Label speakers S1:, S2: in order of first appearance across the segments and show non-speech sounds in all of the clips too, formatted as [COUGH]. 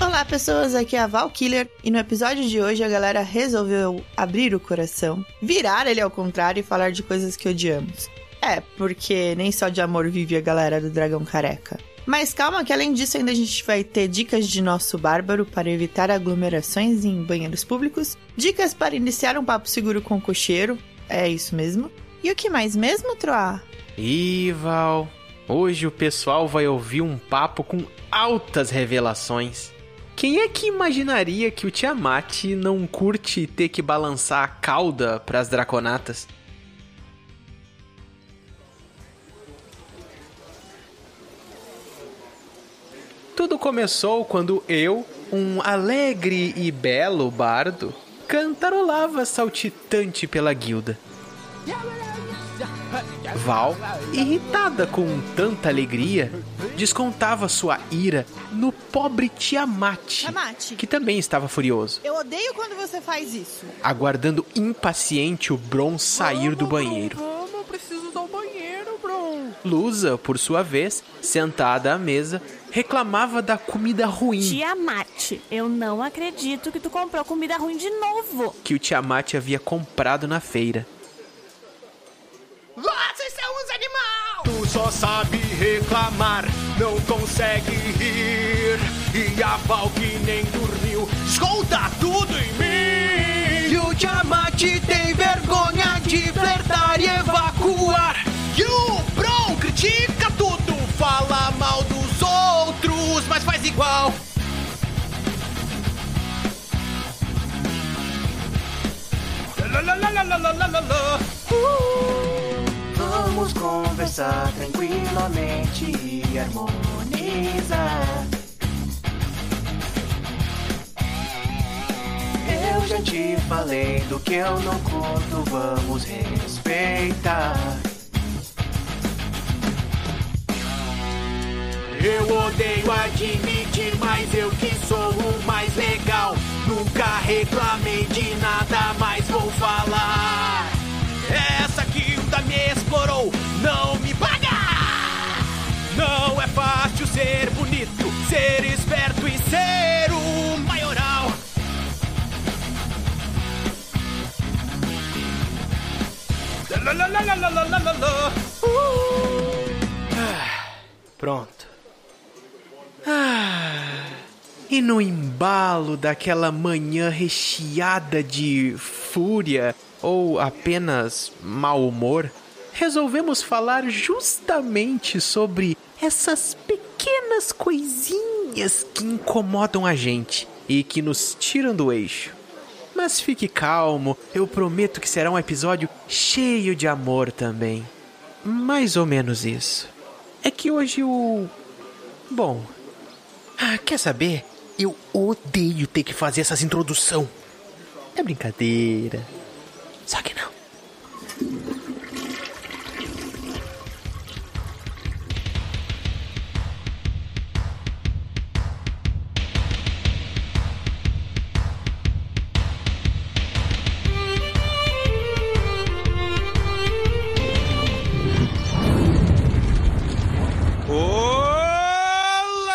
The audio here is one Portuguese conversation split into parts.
S1: Olá, pessoas! Aqui é a Val Killer e no episódio de hoje a galera resolveu abrir o coração, virar ele ao contrário e falar de coisas que odiamos. É, porque nem só de amor vive a galera do Dragão Careca. Mas calma que além disso ainda a gente vai ter dicas de nosso bárbaro para evitar aglomerações em banheiros públicos, dicas para iniciar um papo seguro com o cocheiro, é isso mesmo. E o que mais mesmo, Troá?
S2: Ih, Val, hoje o pessoal vai ouvir um papo com altas revelações. Quem é que imaginaria que o Tiamat não curte ter que balançar a cauda pras draconatas? Tudo começou quando eu, um alegre e belo bardo, cantarolava saltitante pela guilda. Val, irritada com tanta alegria, descontava sua ira no pobre Tiamat,
S1: Tiamat.
S2: que também estava furioso,
S1: Eu odeio quando você faz isso.
S2: aguardando impaciente o Bron sair do banheiro.
S3: Vamos, preciso do banheiro, bro.
S2: Lusa, por sua vez, sentada à mesa, reclamava da comida ruim
S3: Tiamat, eu não acredito que tu comprou comida ruim de novo.
S2: que o Tiamat havia comprado na feira.
S4: Tu só sabe reclamar, não consegue rir. E a Val que nem dormiu, escolta tudo em mim. E o Tiamat tem vergonha de flertar e evacuar. E o Bron critica tudo, fala mal dos outros, mas faz igual. Lá, lá, lá, lá, lá, lá, lá, lá, lá.
S5: Vamos conversar tranquilamente e harmonizar. Eu já te falei do que eu não curto, vamos respeitar.
S4: Eu odeio admitir, mas eu que sou o mais legal. Nunca reclamei de nada, mas vou falar. Essa guilda me explorou, não me paga! Não é fácil ser bonito, ser esperto e ser o maioral. Lá, lá, lá, lá, lá, lá, lá, lá, lá. Ah,
S2: Pronto. E no embalo daquela manhã recheada de fúria ou apenas mau humor, resolvemos falar justamente sobre essas pequenas coisinhas que incomodam a gente e que nos tiram do eixo. Mas fique calmo, eu prometo que será um episódio cheio de amor também. Mais ou menos isso. É que hoje o. Bom. Ah, quer saber? Eu odeio ter que fazer essas introdução. É brincadeira. Só que não.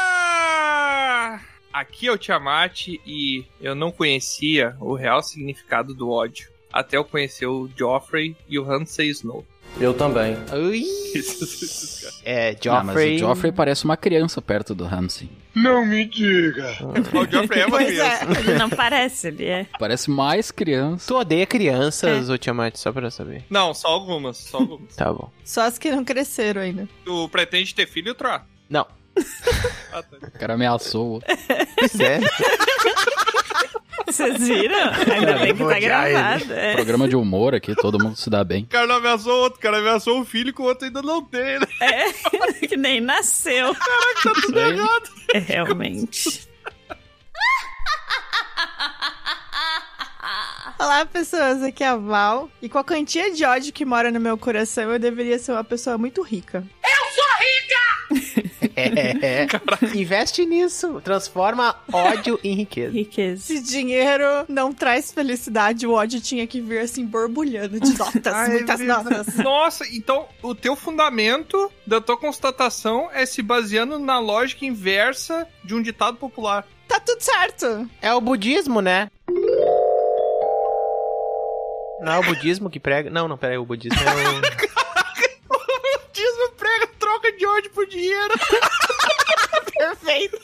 S6: Olá! Aqui é o Tiamat e eu não conhecia o real significado do ódio. Até eu conhecer o Joffrey e o Ramsay Snow.
S7: Eu também.
S2: [LAUGHS] É,
S8: Ah, mas o Joffrey parece uma criança perto do Ramsay.
S6: o Joffrey é uma
S1: Pois
S6: criança.
S1: é.
S3: Ele não parece, ele é.
S8: Parece mais criança.
S2: Tu odeia crianças, ô Tiamat, só pra eu saber.
S6: Não, só algumas, só algumas.
S2: É. Tá bom.
S1: Só as que não cresceram ainda.
S6: tu pretende ter filho, Troá?
S2: Não.
S6: Ah, tá.
S8: O cara ameaçou o outro.
S2: Sério?
S3: Vocês viram? Ainda bem que tá gravado. é.
S8: Programa de humor aqui, todo mundo se dá bem.
S6: O cara não ameaçou o outro, o cara ameaçou um filho que o outro ainda não tem, né?
S3: É, que nem nasceu.
S8: Isso aí,
S3: É, Realmente.
S1: Olá, pessoas. Aqui é a Val. E com a quantia de ódio que mora no meu coração, eu deveria ser uma pessoa muito rica.
S2: [LAUGHS] é. Investe nisso. Transforma ódio em riqueza.
S3: Riqueza.
S1: Se dinheiro não traz felicidade, o ódio tinha que vir assim borbulhando de notas, Tá, muitas notas.
S6: Nossa, então o teu fundamento da tua constatação é se baseando na lógica inversa de um ditado popular.
S1: Tá tudo certo.
S2: É o budismo, né? Não é o budismo que prega. Não, não, peraí, o budismo é o.
S6: Diz o prega troca de ódio por dinheiro. [LAUGHS]
S1: Perfeito.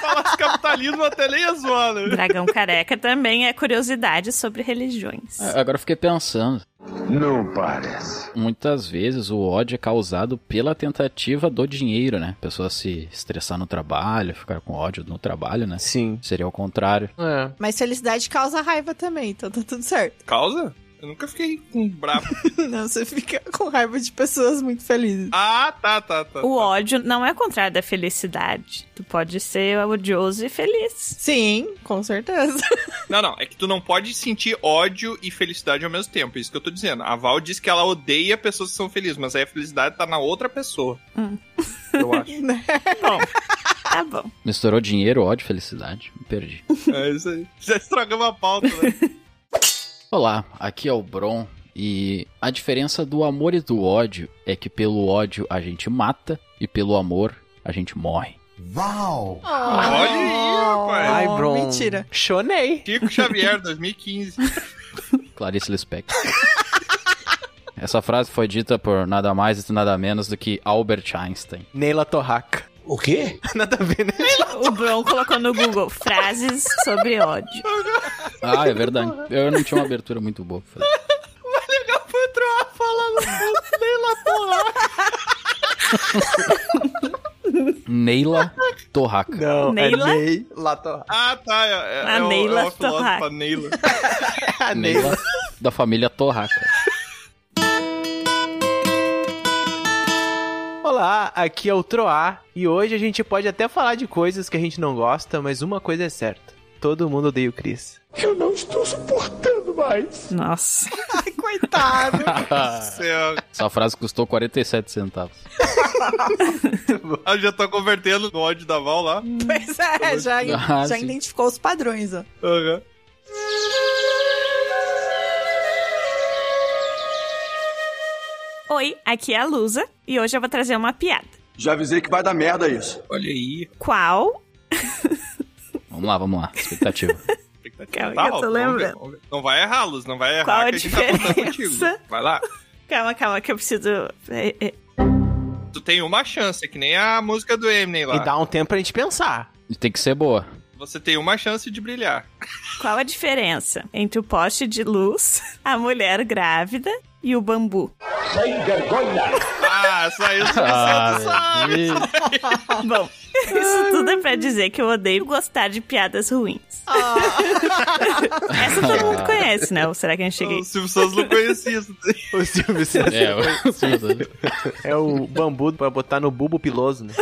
S6: Fala de capitalismo até nem né? a zona.
S3: Dragão careca também é curiosidade sobre religiões.
S8: A- é, Agora eu fiquei pensando.
S7: Não parece.
S8: Muitas vezes o ódio é causado pela tentativa do dinheiro, né? A pessoa se estressar no trabalho, ficar com ódio no trabalho,
S2: [LAUGHS]
S8: né?
S2: Sim.
S8: Seria o contrário.
S2: É.
S1: Mas felicidade causa raiva também, então tá tudo certo. [LAUGHS]
S6: Causa? Eu nunca fiquei com um bravo.
S1: Não, você fica com raiva de pessoas muito felizes.
S6: Ah, tá, tá, tá.
S3: O ódio não é o contrário da felicidade. Tu pode ser odioso e feliz.
S1: Sim, com certeza. [LAUGHS]
S6: Não, não. É que tu não pode sentir ódio e felicidade ao mesmo tempo. é Isso que eu tô dizendo. A Val diz que ela odeia pessoas que são felizes, mas aí a felicidade tá na outra pessoa.
S3: Hum.
S6: Eu acho.
S1: Né?
S3: Bom, tá bom.
S8: Misturou dinheiro, ódio, felicidade. Me perdi.
S6: É isso aí. Já estragamos a pauta, né?
S8: Olá, aqui é o Bron. E a diferença do amor e do ódio é que pelo ódio a gente mata e pelo amor a gente morre.
S7: Uau!
S3: Ah.
S6: Olha aí, rapaz.
S2: Ai, Bron.
S1: Mentira.
S2: Chonei.
S6: Chico Xavier, 2015.
S8: Clarice [LAUGHS] Lispector. Essa frase foi dita por nada mais e nada menos do que Albert Einstein.
S2: Neila Torraca.
S7: O quê?
S2: [LAUGHS] Nada a ver, né?
S3: O Bron colocou no Google frases sobre ódio.
S8: Ah, é verdade. [LAUGHS] Eu não tinha uma abertura muito boa. pra fazer. Neila Torraca.
S2: Não,
S3: Neila?
S2: é Neila Torraca.
S6: Ah, tá. É, é,
S3: A
S6: é o-
S3: Neila
S6: é o filósofo,
S3: Torraca.
S6: a Neila.
S2: Ah,
S8: é Neila da família Torraca.
S2: Olá, aqui é o Troá e hoje a gente pode até falar de coisas que a gente não gosta, mas uma coisa é certa: todo mundo odeia o Chris.
S7: Eu não estou suportando mais.
S3: Nossa.
S1: Ai, coitado.
S6: Céu.
S8: Essa frase custou 47 centavos.
S6: Ah, já tá convertendo no ódio da Val lá.
S1: Pois é, já,
S8: Ah,
S1: já
S8: sim.
S1: identificou os padrões, ó.
S6: Aham.
S3: Oi, aqui é a Lusa e hoje eu vou trazer uma piada.
S7: Já avisei que vai dar merda isso.
S6: Olha aí.
S3: Qual?
S8: Vamos lá, vamos lá. Expectativa.
S3: Calma
S6: Tá
S3: que eu
S6: alto,
S3: tô
S6: vamos ver,
S3: lembrando.
S6: vamos ver. Não vai errar, Luz, não vai errar.
S3: Qual a
S6: que gente tá contando
S3: diferença?
S6: contigo. Vai lá.
S3: Calma, calma, que eu preciso. é, é,
S6: Tu tem uma chance, que nem a música do Eminem lá.
S2: E dá um tempo pra gente pensar.
S8: E Tem que ser boa.
S6: Você tem uma chance de brilhar.
S3: Qual a diferença entre o poste de luz, [LAUGHS] a mulher grávida e o bambu?
S6: Ah, saiu o suficiente,
S8: Ah,
S6: sabe?
S3: Bom, isso tudo é pra dizer que eu odeio gostar de piadas ruins. [LAUGHS] Essa todo mundo conhece, né? Ou será que eu [LAUGHS] cheguei?
S6: O Silvio Santos não
S2: [LAUGHS]
S6: conhecia isso.
S2: O Silvio Santos
S8: É, eu- [LAUGHS] sim, sim.
S2: é o bambu pra botar no bulbo piloso, né?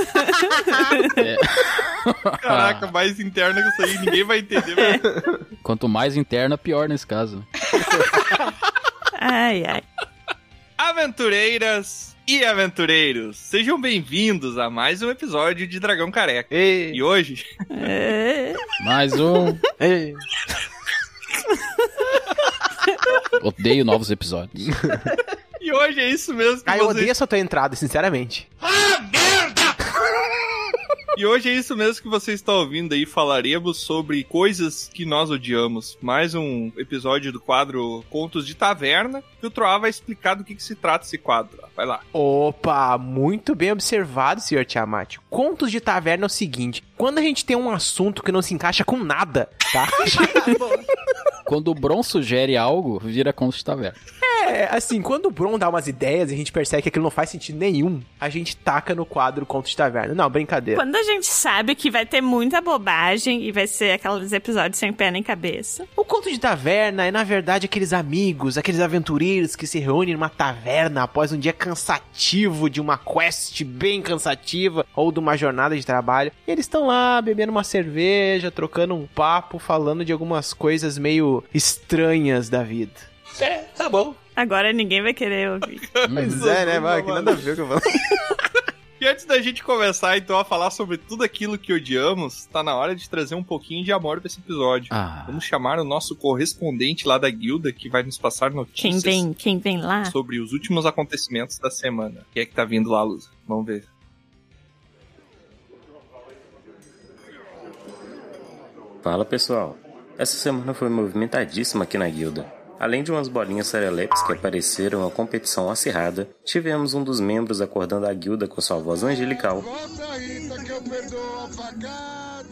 S6: Caraca, mais interna que isso aí, ninguém vai entender.
S3: [LAUGHS] É.
S6: velho.
S8: quanto mais interna, pior nesse caso. né?
S3: Ai, ai.
S6: Aventureiras e aventureiros, sejam bem-vindos a mais um episódio de Dragão Careca.
S2: Ei,
S6: E hoje [LAUGHS]
S3: É,
S8: Mais um.
S2: ei.
S8: Odeio novos episódios.
S6: E hoje é isso mesmo que
S2: Ah, eu
S6: vocês...
S2: odeio essa tua entrada, sinceramente.
S6: E hoje é isso mesmo que você está ouvindo aí. Falaremos sobre coisas que nós odiamos. Mais um episódio do quadro Contos de Taverna. E o Troá vai explicar do que, que se trata esse quadro. Vai lá.
S2: Opa, muito bem observado, senhor Tiamat. Contos de taverna é o seguinte: quando a gente tem um assunto que não se encaixa com nada, tá?
S8: Quando o Bron sugere algo, vira conto de taverna.
S2: É, assim, quando o Bron dá umas ideias e a gente percebe que aquilo não faz sentido nenhum, a gente taca no quadro Conto de Taverna. Não, brincadeira.
S3: Quando a gente sabe que vai ter muita bobagem e vai ser aqueles episódios sem pé nem cabeça.
S2: O Conto de Taverna é, na verdade, aqueles amigos, aqueles aventureiros que se reúnem numa taverna após um dia cansativo de uma quest bem cansativa ou de uma jornada de trabalho. E eles estão lá bebendo uma cerveja, trocando um papo, falando de algumas coisas meio estranhas da vida.
S7: É, tá bom.
S3: Agora ninguém vai querer ouvir.
S2: Pois
S6: é, né, vai, que nada a
S2: ver com eu
S6: E antes da gente começar, então, a falar sobre tudo aquilo que odiamos, tá na hora de trazer um pouquinho de amor pra esse episódio.
S8: Ah,
S6: Vamos chamar o nosso correspondente lá da guilda, que vai nos passar
S3: Quem
S6: notícias
S3: vem, Ah. quem vem lá?
S6: sobre os últimos acontecimentos da semana. Quem é que tá vindo lá, Luz? Vamos ver.
S9: Fala pessoal, essa semana foi movimentadíssima aqui na guilda. Além de umas bolinhas serelepes que apareceram a competição acirrada, tivemos um dos membros acordando a guilda com sua voz angelical,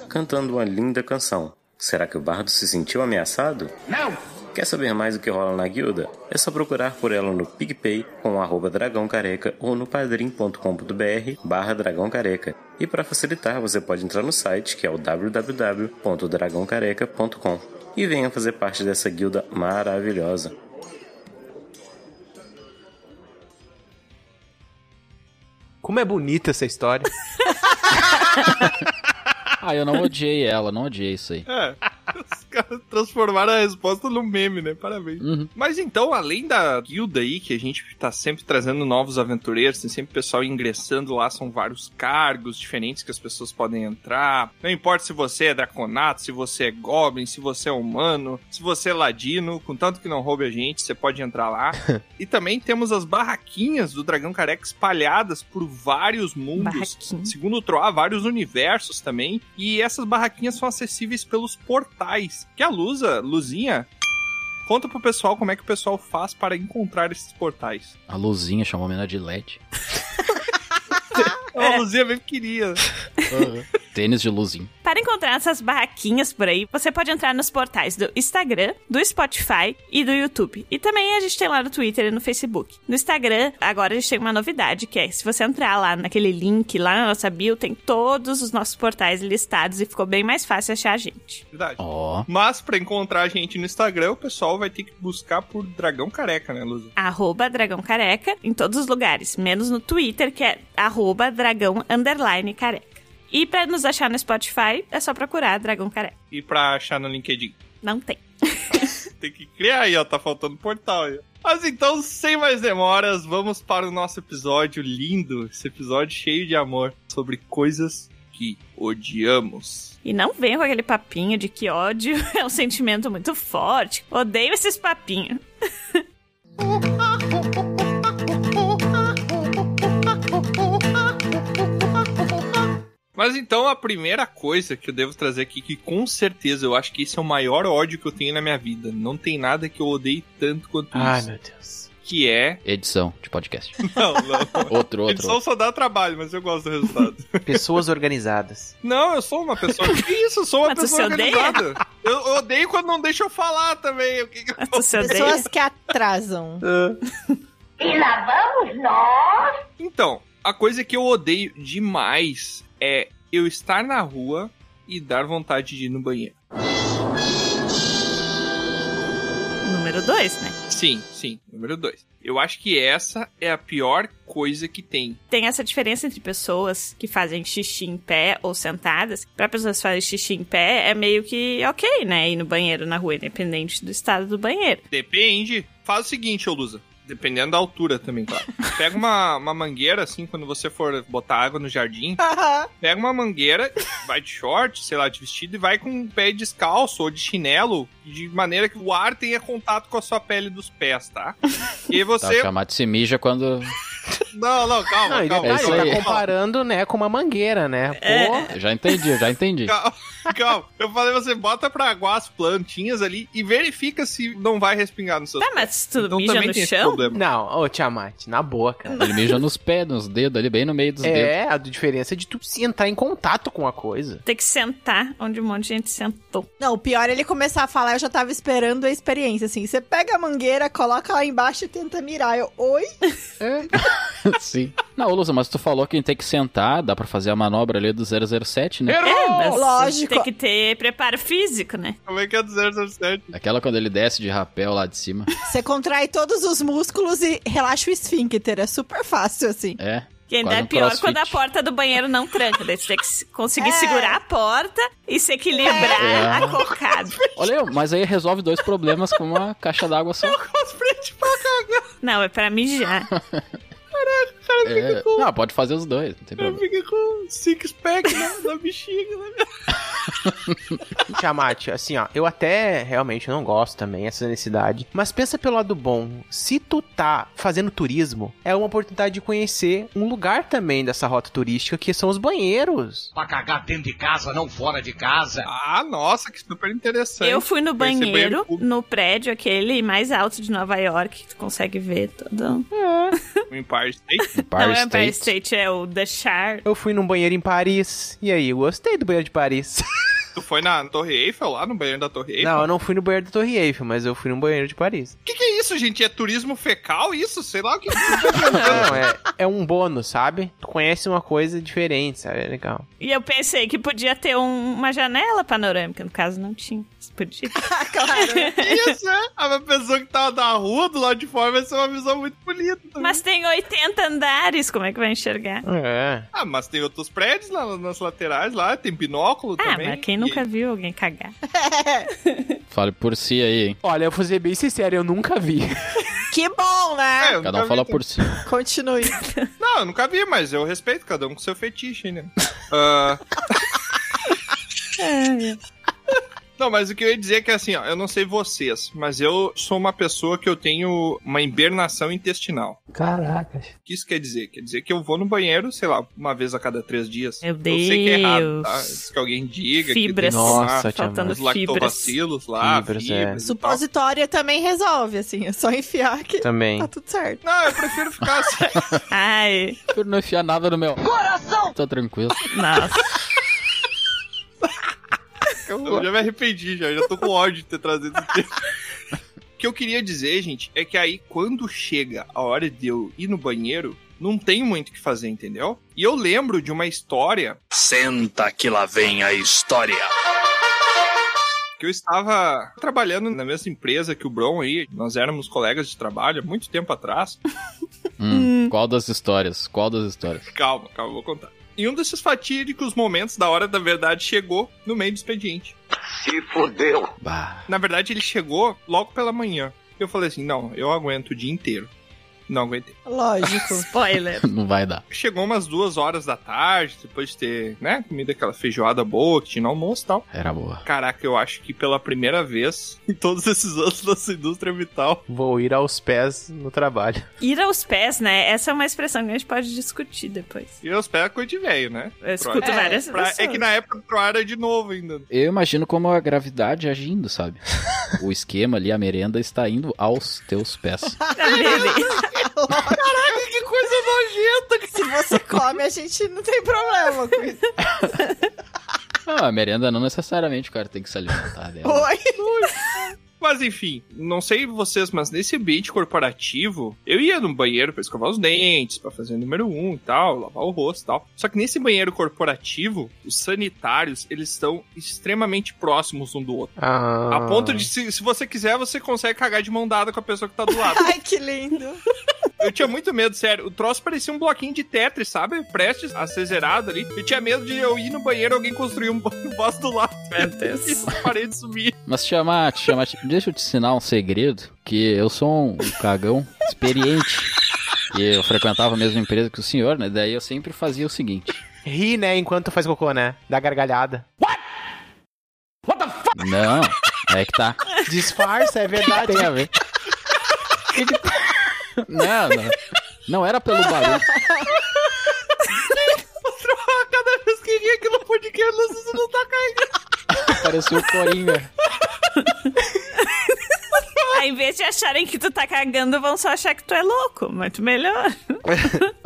S9: cantando uma linda canção. Será que o bardo se sentiu ameaçado?
S5: Não!
S9: Quer saber mais do que rola na guilda? É só procurar por ela no PicPay com o arroba dragão careca ou no padrim.com.br barra dragão careca. E para facilitar, você pode entrar no site que é o www.dragãocareca.com e venha fazer parte dessa guilda maravilhosa.
S2: Como é bonita essa história.
S8: Ah, eu não odiei ela, não odiei isso aí.
S6: É. [LAUGHS] Os caras transformaram a resposta num meme, né? Parabéns.
S8: Uhum.
S6: Mas então, além da guilda aí, que a gente tá sempre trazendo novos aventureiros, tem sempre pessoal ingressando lá, são vários cargos diferentes que as pessoas podem entrar. Não importa se você é draconato, se você é goblin, se você é humano, se você é ladino, contanto que não roube a gente, você pode entrar lá. e também temos as barraquinhas do Dragão Careca espalhadas por vários mundos.
S3: Barraquinha.
S6: Segundo o Troá, vários universos também. E essas barraquinhas são acessíveis pelos portais. Que a Lusa, Luzinha, conta pro pessoal como é que o pessoal faz para encontrar esses portais.
S8: [LAUGHS] A luzinha chamou a menina de LED.
S6: É uma Luzinha mesmo que queria. é
S8: Tênis de luzinha.
S3: Para encontrar essas barraquinhas por aí, você pode entrar nos portais do Instagram, do Spotify e do YouTube. E também a gente tem lá no Twitter e no Facebook. No Instagram, agora a gente tem uma novidade, que é se você entrar lá naquele link, lá na nossa bio, tem todos os nossos portais listados e ficou bem mais fácil achar a gente.
S6: Verdade.
S8: Ó.
S6: Mas pra encontrar a gente no Instagram, o pessoal vai ter que buscar por Dragão Careca, né, Lusa?
S3: Arroba Dragão Careca em todos os lugares, menos no Twitter, que é arroba Dragão Underline Careca. E pra nos achar no Spotify, é só procurar Dragão Careca.
S6: E pra achar no LinkedIn. [LAUGHS]
S3: Não tem.
S6: Tem que criar aí, ó. Tá faltando portal aí. Mas então, sem mais demoras, vamos para o nosso episódio lindo. Esse episódio cheio de amor sobre coisas que odiamos.
S3: E não vem com aquele papinho de que ódio [LAUGHS] é um sentimento muito forte. Odeio esses papinhos.
S6: Mas então, a primeira coisa que eu devo trazer aqui, que com certeza eu acho que esse é o maior ódio que eu tenho na minha vida. Não tem nada que eu odeie tanto quanto
S2: Ai,
S6: isso.
S2: meu Deus.
S6: Que é.
S8: Edição de podcast.
S6: [LAUGHS] Não, não.
S8: Outro, outro.
S6: Edição só dá trabalho, mas eu gosto do resultado.
S2: Pessoas organizadas.
S6: [LAUGHS] Não, eu sou uma pessoa. Que isso? Eu sou uma
S3: Mas
S6: pessoa
S3: você odeia?
S6: organizada. Eu eu odeio quando não deixa eu falar também. O que que eu-
S3: Mas tu se odeia?
S1: Pessoas que atrasam.
S6: Então, a coisa que eu odeio demais é eu estar na rua e dar vontade de ir no banheiro.
S3: Número dois, né?
S6: Sim, sim, número dois. Eu acho que essa é a pior coisa que tem.
S3: Tem essa diferença entre pessoas que fazem xixi em pé ou sentadas. Pra pessoas que fazem xixi em pé, é meio que ok, né? Ir no banheiro na rua, independente do estado do banheiro.
S6: Depende. Faz o seguinte, ô Lusa. Dependendo da altura também,
S3: [LAUGHS]
S6: claro. Pega uma, uma mangueira, assim, quando você for botar água no jardim, pega uma mangueira, vai de short, sei lá, de vestido, e vai com o pé descalço ou de chinelo, de maneira que o ar tenha contato com a sua pele dos pés, tá? E aí
S8: Tá
S6: você.
S8: chamado de se mija quando.
S6: Não, não, calma,
S2: Não, e
S6: calma.
S2: detalhe,
S6: É.
S8: é isso
S2: tá
S8: aí.
S2: comparando, né, com uma mangueira, né? Pô,
S8: Eu já entendi, eu já entendi.
S6: Calma, calma. Eu falei, você bota pra aguar as plantinhas ali e verifica se não vai respingar no seu
S3: Tá, mas se tu
S6: Então
S3: mija
S6: também
S3: no
S6: tem esse
S3: chão,
S6: problema.
S2: Não, ô Tiamat, na boa, cara.
S8: Ele mija nos pés, nos dedos ali, bem no meio dos dedos.
S2: É, a diferença é de tu se entrar em contato com a coisa.
S3: tem que sentar onde um monte de gente sentou.
S1: Não, o pior é ele começar a falar, eu já tava esperando a experiência, assim. Você pega a mangueira, coloca lá embaixo e tenta mirar. Eu, oi?
S8: Sim. Não, Lúcia, mas tu falou que tem que sentar, dá pra fazer a manobra ali do 007, né?
S3: É, mas
S1: Lógico.
S3: tem que ter preparo físico, né?
S6: Como é que é do 007?
S8: Aquela quando ele desce de rapel lá de cima.
S1: Você contrai todos os músculos e relaxa o esfíncter. É super fácil, assim.
S8: É.
S3: Que ainda
S8: Quase
S3: é
S8: um
S3: pior
S8: crossfit.
S3: quando a porta do banheiro não tranca. Daí você tem que se- conseguir
S1: É.
S3: segurar a porta e se equilibrar
S8: É.
S3: acocado.
S8: Olha, aí, mas aí resolve dois problemas com uma caixa d'água só.
S3: Não, é pra mijar.
S6: cara
S8: É,
S6: fica com.
S8: Não, pode fazer os dois, não tem
S6: O cara
S8: problema.
S6: fica com six pack na, na bexiga, né? [LAUGHS]
S2: Tiamat, assim, ó, eu até realmente não gosto também essa necessidade, mas pensa pelo lado bom. Se tu tá fazendo turismo, é uma oportunidade de conhecer um lugar também dessa rota turística que são os banheiros.
S10: Pra cagar dentro de casa, não fora de casa.
S6: Ah, nossa, que super interessante.
S3: Eu fui no
S6: Vai ser
S3: banheiro,
S6: banheiro público.
S3: no prédio aquele mais alto de Nova York, que tu consegue ver todo.
S6: O Um Empire State.
S8: Empire
S3: não é o Empire
S8: State.
S3: State, é o The Shard.
S2: Eu fui num banheiro em Paris. E aí, eu gostei do banheiro de Paris.
S6: Tu foi na Torre Eiffel, lá no banheiro da Torre Eiffel?
S2: Não, eu não fui no banheiro da Torre Eiffel, mas eu fui num banheiro de Paris.
S6: O que, que é isso, gente? É turismo fecal isso? Sei lá o que.
S3: [LAUGHS]
S2: Não, é, é um bônus, sabe? Tu conhece uma coisa diferente, sabe? É legal.
S3: E eu pensei que podia ter um- uma janela panorâmica, no caso não tinha. Mas Podia.
S1: Ah, [LAUGHS] claro.
S6: isso, né? A pessoa que tava na rua, do lado de fora, vai ser uma visão muito bonita.
S3: Mas tem 80 andares, como é que vai enxergar?
S2: É.
S6: Ah, mas tem outros prédios lá nas laterais, lá tem binóculo
S3: Ah,
S6: também.
S3: mas quem nunca viu alguém cagar?
S8: Fale por si aí, hein?
S2: Olha, eu vou ser bem sincero, eu nunca vi.
S1: Que bom, né?
S6: É, eu
S8: Cada
S6: nunca
S8: um fala
S6: vi
S8: por si.
S1: É. Continue.
S6: também. Não, eu nunca vi, mas eu respeito cada um com seu
S3: [LAUGHS]
S6: fetiche, né? Ah.
S2: É.
S6: Não, mas o que eu ia dizer é que assim, ó, eu não sei vocês, mas eu sou uma pessoa que eu tenho uma hibernação intestinal.
S2: Caracas.
S6: O que isso quer dizer? Quer dizer que eu vou no banheiro, sei lá, uma vez a cada três dias.
S3: Meu
S6: Eu sei que é errado,
S3: Deus.
S6: tá? Isso que alguém diga.
S3: Fibras.
S6: Que tem que tomar
S2: Nossa, tia
S3: faltando
S6: Os
S3: fibras.
S6: lactobacilos lá,
S2: Fibras,
S6: fibras,
S2: é.
S1: então-
S6: e tal.
S1: Supositória também resolve, assim. É só enfiar que
S2: [LAUGHS] Também.
S1: tá tudo certo.
S6: Não, eu prefiro ficar assim.
S3: Ai,
S8: Eu não enfiar nada no meu coração. Tô tranquilo.
S3: nossa.
S6: Eu já me arrependi, já, já tô com ódio de ter trazido esse tema. [LAUGHS] O que eu queria dizer, gente, é que aí quando chega a hora de eu ir no banheiro, não tem muito o que fazer, entendeu? E eu lembro de uma história
S4: Senta que lá vem a história.
S6: que eu estava trabalhando na mesma empresa que o Bron aí, nós éramos colegas de trabalho há muito tempo atrás.
S8: Hum, Qual das histórias? Qual das histórias?
S6: Calma, calma, vou contar. Em um desses fatídicos momentos da hora da verdade chegou no meio do expediente.
S7: Se fudeu.
S8: Bah. [LAUGHS]
S6: Na verdade, ele chegou logo pela manhã. Eu falei assim: não, eu aguento o dia inteiro. Não aguentei.
S1: Lógico.
S3: Spoiler.
S8: Não vai dar.
S6: Chegou umas duas horas da tarde, depois de ter, né, comido aquela feijoada boa que tinha no almoço e tal.
S8: Era boa.
S6: Caraca, eu acho que pela primeira vez [LAUGHS] em todos esses anos dessa indústria vital.
S2: Vou ir aos pés no trabalho.
S3: Ir aos pés, né? Essa é uma expressão que a gente pode discutir depois.
S6: E eu espero coisa de velho, né?
S3: Eu escuto
S6: É,
S3: várias
S6: Pra-
S3: pessoas.
S6: é que na época pro era de novo ainda.
S8: Eu imagino como a gravidade agindo, sabe? O esquema ali, a merenda está indo aos teus pés.
S3: [LAUGHS]
S6: Que coisa nojenta!
S1: [LAUGHS] Se você come, a gente não tem problema com [LAUGHS] isso.
S8: Não, a merenda não necessariamente o cara tem que se alimentar dela.
S1: Oi.
S6: Mas enfim, não sei vocês, mas nesse ambiente corporativo, eu ia no banheiro pra escovar os dentes, pra fazer o número um e tal, lavar o rosto e tal. Só que nesse banheiro corporativo, os sanitários, eles estão extremamente próximos um do outro.
S2: Ah.
S6: A ponto de, se, se você quiser, você consegue cagar de mão dada com a pessoa que tá do lado.
S1: [LAUGHS] Ai, que lindo.
S6: Eu tinha muito medo, sério. O troço parecia um bloquinho de Tetris, sabe? Prestes a ser zerado ali. Eu tinha medo de eu ir no banheiro e alguém construir [LAUGHS] um boss do lado. Meu [LAUGHS] Deus. E parei de subir.
S8: Mas chamar, chamar, deixa eu te ensinar um segredo, que eu sou um cagão experiente. E eu frequentava a mesma empresa que o senhor, né? Daí eu sempre fazia o seguinte.
S2: Ri, né, enquanto faz cocô, né? Dá gargalhada.
S8: Não, é que tá.
S2: Disfarça, é verdade.
S8: Tem a ver. Não, não. Não era pelo barulho.
S6: Cada vez que vinha aqui no podcast, você não tá
S8: Parecia o Coringa.
S3: Aí, em vez de acharem que tu tá cagando, vão só achar que tu é louco. Muito melhor.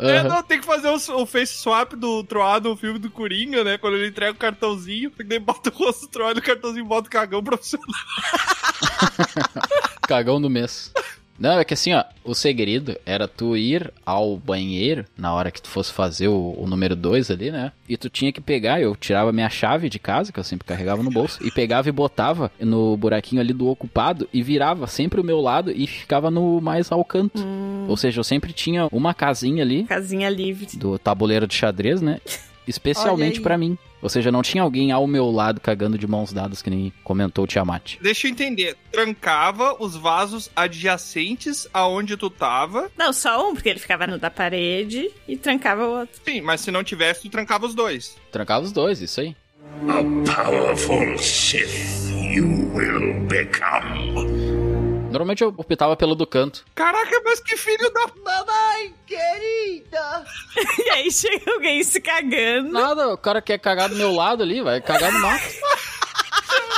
S6: É,
S8: Aham.
S6: não, tem que fazer o, o face swap do Troá no filme do Coringa, né? Quando ele entrega o cartãozinho, tem que daí bota o rosto do Troá e o cartãozinho bota o cagão profissional.
S8: Cagão do mês. Não, é que assim, ó, o segredo era tu ir ao banheiro na hora que tu fosse fazer o, o número 2 ali, né? E tu tinha que pegar, eu tirava minha chave de casa, que eu sempre carregava no bolso, e pegava e botava no buraquinho ali do ocupado e virava sempre o meu lado e ficava no mais ao canto.
S1: Hum.
S8: Ou seja, eu sempre tinha uma casinha ali
S3: Casinha livre.
S8: do tabuleiro de xadrez, né? especialmente
S1: Olha aí.
S8: pra mim. Ou seja, não tinha alguém ao meu lado cagando de mãos dadas que nem comentou o Tiamat.
S6: Deixa eu entender. Trancava os vasos adjacentes aonde tu tava.
S3: Não, só um, porque ele ficava no da parede e trancava o outro. [LAUGHS]
S6: Sim, mas se não tivesse, tu trancava os dois.
S8: Trancava os dois, isso aí.
S11: Powerful Sith you will become.
S8: Normalmente eu optava pelo do canto.
S6: Caraca, mas que filho da.
S4: Mamãe querida!
S3: E aí chega alguém se cagando.
S8: Nada, o cara quer cagar do meu lado ali, vai cagar no mato.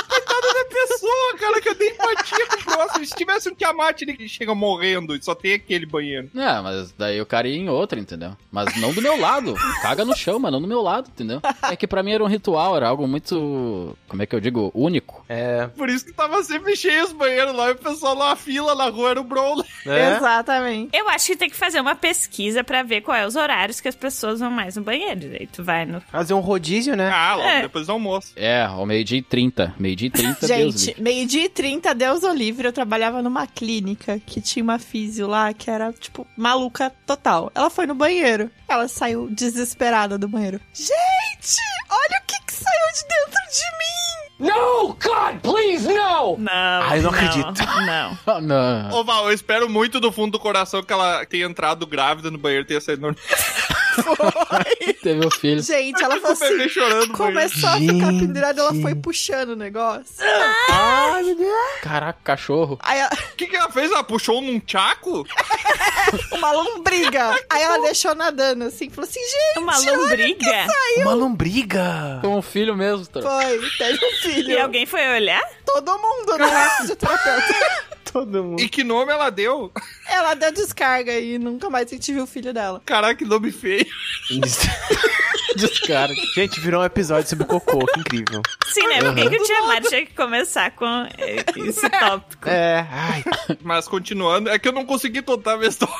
S6: Coitada da pessoa, cara, que eu dei empatia pro próximo. Se tivesse um Tiamat, ele chega morrendo e só tem aquele banheiro.
S8: É, mas daí o cara ia em outra, entendeu? Mas não do meu lado. Caga no chão, mas não do meu lado, entendeu? É que pra mim era um ritual, era algo muito. Como é que eu digo? Único.
S2: [LAUGHS] É.
S6: Por isso que tava sempre cheio os banheiros lá e o pessoal na fila na rua era o Brawler.
S1: É?
S2: né?
S1: Exatamente.
S3: Eu acho que tem que fazer uma pesquisa pra ver qual é os horários que as pessoas vão mais no banheiro. Daí tu vai no.
S2: Fazer um rodízio, né?
S6: Ah, logo
S3: É.
S6: depois do almoço.
S8: É, ao meio-dia e 30. Meio-dia e 30, Deus
S1: Gente,
S8: livre.
S1: meio-dia e 30, Deus o livre, eu trabalhava numa clínica que tinha uma físio lá que era, tipo, maluca total. Ela foi no banheiro, ela saiu desesperada do banheiro. Gente, olha o que, que saiu de dentro de mim!
S4: No, God, please, no!
S3: Não.
S2: Ah, eu não acredito. [LAUGHS]
S3: Não.
S8: [LAUGHS] Ah,
S6: [LAUGHS]
S8: não.
S6: Ô, Val, eu espero muito do fundo do coração que ela tenha entrado grávida no banheiro e tenha saído normal.
S8: Teve meu filho.
S1: Gente, ela falou
S6: O bebê
S1: assim...
S6: chorando [LAUGHS] no banheiro.
S1: Começou a ficar
S2: Gente.
S1: pendurada, ela foi puxando o negócio.
S8: Caraca, cachorro.
S1: Aí ela- [LAUGHS]
S6: O que, que ela fez? Ela puxou num tchaco?
S1: uma lombriga. Aí ela deixou nadando assim, falou assim: gente,
S3: Uma lombriga?
S2: Uma lombriga!
S8: Com um filho mesmo, Tro.
S1: foi, teve um filho.
S3: E alguém foi olhar?
S1: Todo mundo
S3: [LAUGHS]
S1: no fisioterapeuta.
S2: Todo mundo.
S6: E que nome ela deu?
S1: Ela deu descarga e nunca mais a gente viu o filho dela.
S6: Caraca, que nome feio.
S2: [LAUGHS]
S8: Descara.
S2: Gente, virou um episódio sobre cocô, que incrível.
S3: Sim, né? Por que, que o Tiamat tinha que começar com eh, esse tópico?
S2: É, ai.
S6: Mas continuando, é que eu não consegui contar a minha
S7: [LAUGHS]
S6: história.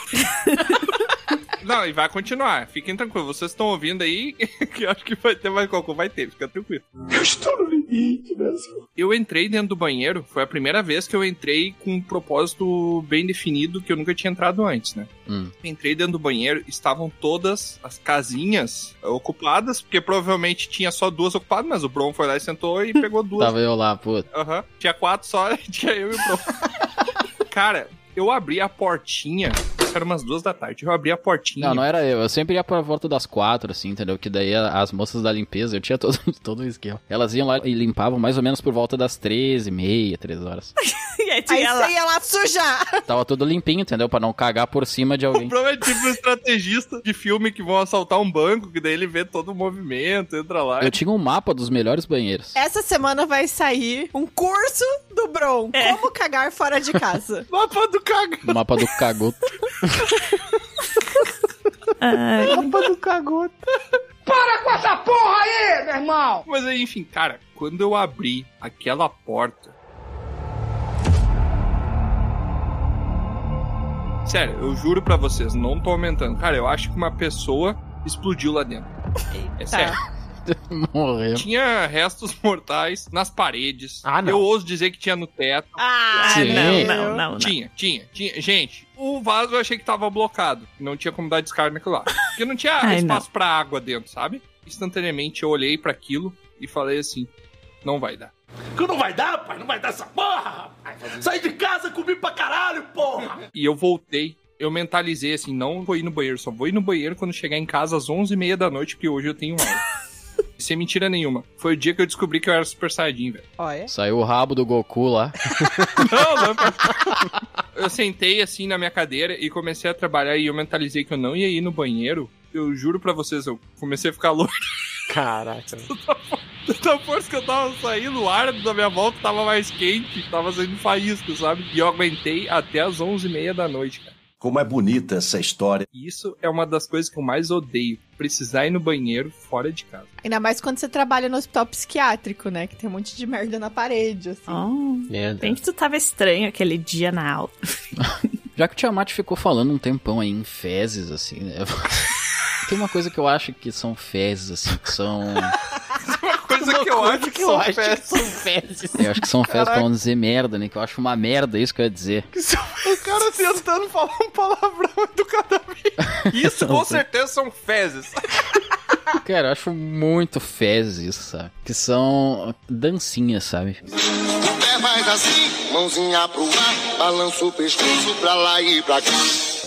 S6: Não, e vai continuar. Fiquem tranquilos. Vocês estão ouvindo aí, [LAUGHS] que eu acho que vai ter mais cocô. Vai ter, fica tranquilo.
S7: Eu estou no limite, né, mesmo.
S6: Eu entrei dentro do banheiro, foi a primeira vez que eu entrei com um propósito bem definido que eu nunca tinha entrado antes, né?
S8: Hum.
S6: Entrei dentro do banheiro, estavam todas as casinhas ocupadas, porque provavelmente tinha só duas ocupadas, mas o Bron foi lá e sentou e pegou duas.
S8: Tava eu lá, puta.
S6: Aham. Tinha quatro só, [LAUGHS] tinha eu e o Bron.
S8: [LAUGHS]
S6: Cara, eu abri a portinha, isso era umas duas da tarde, eu abri a portinha.
S8: Não, é não era eu. Eu sempre ia pra volta das quatro, assim, entendeu? Que daí a- as moças da limpeza, eu tinha [LAUGHS] todo, todo o esquema. Elas iam lá e limpavam mais ou menos por volta das três e meia, três horas.
S3: E aí tu
S1: Aí
S3: ia lá.
S1: você ia lá sujar.
S8: Tava tudo limpinho, entendeu? Pra não cagar por cima de
S6: O [LAUGHS]
S8: alguém.
S6: Bron é tipo um estrategista de filme que vão assaltar um banco, que daí ele vê todo o movimento, entra lá.
S8: Eu tinha um mapa dos melhores banheiros.
S1: [LAUGHS] Essa semana vai sair um curso do Bron. Como cagar fora de [LAUGHS] casa.
S6: Mapa do cagão.
S8: O mapa do cagoto.
S2: Mapa do cagoto.
S4: Para com essa porra aí, meu irmão!
S6: Mas aí, enfim, cara, quando eu abri aquela porta. Sério, eu juro pra vocês, não tô aumentando. Cara, eu acho que uma pessoa explodiu lá dentro. É sério.
S8: [LAUGHS] Morreu.
S6: Tinha restos [LAUGHS] mortais nas paredes.
S2: Ah, não.
S6: Eu ouso dizer que tinha no teto.
S3: Ah,
S8: Sim.
S3: não, não, não, não.
S6: Tinha, tinha, tinha. Gente, o vaso eu achei que tava blocado. Não tinha como dar descarga naquilo lá. Porque não tinha
S3: [LAUGHS] Ai,
S6: espaço pra água dentro, sabe? Instantaneamente eu olhei pra aquilo e falei assim: não vai dar.
S4: Que não vai dar, pai? Não vai dar essa porra, rapaz! Saí de casa, comi pra caralho, porra!
S6: E eu voltei. Eu mentalizei assim, não vou ir no banheiro, só vou ir no banheiro quando chegar em casa às 11h30 da noite, porque hoje eu tenho aula.
S3: [LAUGHS]
S6: Sem mentira nenhuma. Foi o dia que eu descobri que eu era Super Saiyajin, velho.
S1: Olha.
S8: Saiu o rabo do Goku lá.
S6: Não, não. eu sentei assim na minha cadeira e comecei a trabalhar e eu mentalizei que eu não ia ir no banheiro. Eu juro pra vocês, eu comecei a ficar louco.
S2: Caraca.
S6: [LAUGHS] Da força que eu tava saindo, o ar da minha volta tava mais quente, tava saindo faísca, sabe? E eu aguentei até às 11h30 da noite, cara.
S11: Como é bonita essa história.
S6: E isso é uma das coisas que eu mais odeio. Precisar ir no banheiro fora de casa.
S1: Ainda mais quando você trabalha no hospital psiquiátrico, né? Que tem um monte de merda na parede, assim.
S3: Oh,
S2: Merda.
S3: bem que tu tava estranho aquele dia na aula.
S8: Já que o Tiamat ficou falando um tempão aí em fezes, assim, né? [LAUGHS] Tem uma coisa que eu acho que são fezes, assim, que são.
S6: Uma coisa que eu acho que são festas.
S8: Eu acho que são fezes pra não dizer merda, né? Que eu acho uma merda isso que eu ia dizer.
S6: O cara tentando falar um palavrão do cada vez. Isso com certeza são fezes.
S8: Cara, eu acho muito fez isso, sabe? Que são dancinhas, sabe?
S12: É mais assim, mãozinha pro ar, balança o pescoço pra lá e pra cá.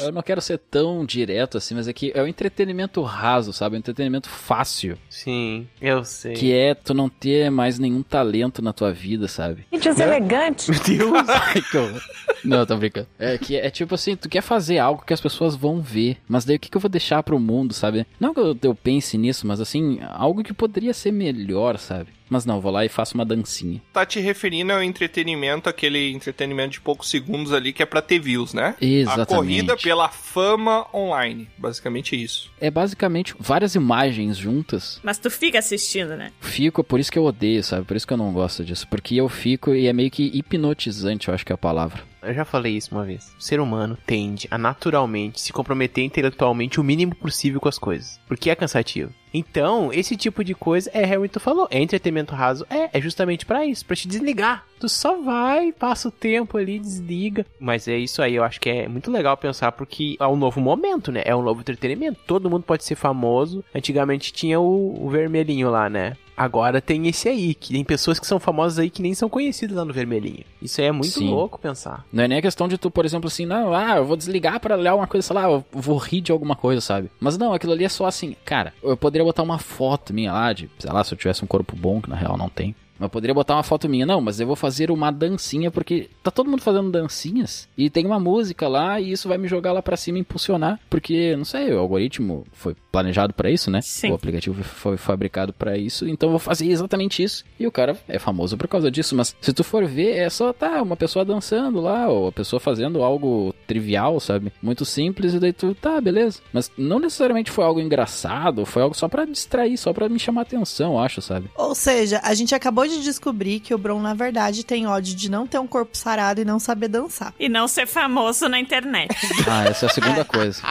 S8: Eu não quero ser tão direto assim, mas é que é um entretenimento raso, sabe? Um entretenimento fácil.
S2: Sim, eu sei.
S8: Que é tu não ter mais nenhum talento na tua vida, sabe?
S13: Gente, os elegantes.
S2: Meu
S8: [LAUGHS]
S2: Deus.
S8: Ai, que horror. Não, tô brincando. É que é tipo assim, tu quer fazer algo que as pessoas vão ver, mas daí o que, que eu vou deixar pro mundo, sabe? Não que eu, eu pense nisso, mas assim, algo que poderia ser melhor, sabe? Mas não, vou lá e faço uma dancinha.
S6: Tá te referindo ao entretenimento, aquele entretenimento de poucos segundos ali que é pra ter views, né?
S8: Exatamente.
S6: A corrida pela fama online. Basicamente isso. [LAUGHS]
S8: É basicamente várias imagens juntas.
S3: Mas tu fica assistindo, né?
S8: Fico, por isso que eu odeio, sabe? Por isso que eu não gosto disso. Porque eu fico e é meio que hipnotizante, eu acho que é a palavra.
S2: Eu já falei isso uma vez. O ser humano tende a naturalmente se comprometer intelectualmente o mínimo possível com as coisas, porque é cansativo. Então, esse tipo de coisa é realmente tu falou, é entretenimento raso, é, é justamente para isso, para te desligar. Tu só vai, passa o tempo ali, desliga. Mas é isso aí, eu acho que é muito legal pensar porque é um novo momento, né? É um novo entretenimento. Todo mundo pode ser famoso. Antigamente tinha o, o vermelhinho lá, né? Agora tem esse aí, que tem pessoas que são famosas aí que nem são conhecidas lá no vermelhinho. Isso aí é muito
S8: Sim.
S2: louco pensar.
S8: Não é nem a questão de tu, por exemplo, assim, não, ah, eu vou desligar pra olhar uma coisa, sei lá, eu vou rir de alguma coisa, sabe? Mas não, aquilo ali é só assim, cara, eu poderia botar uma foto minha lá de, sei lá, se eu tivesse um corpo bom, que na real não tem. mas Eu poderia botar uma foto minha, não, mas eu vou fazer uma dancinha, porque tá todo mundo fazendo dancinhas e tem uma música lá e isso vai me jogar lá pra cima e impulsionar, porque, não sei, o algoritmo foi planejado pra isso, né?
S3: Sim.
S8: O aplicativo foi fabricado pra isso, então eu vou fazer exatamente isso. E o cara é famoso por causa disso, mas se tu for ver, é só tá uma pessoa dançando lá, ou a pessoa fazendo algo trivial, sabe? Muito simples, e daí tu tá, beleza. Mas não necessariamente foi algo engraçado, foi algo só pra distrair, só pra me chamar atenção, eu acho, sabe?
S1: Ou seja, a gente acabou de descobrir que o Bron, na verdade, tem ódio de não ter um corpo sarado e não saber dançar.
S3: E não ser famoso na internet.
S8: Ah, essa é a segunda coisa.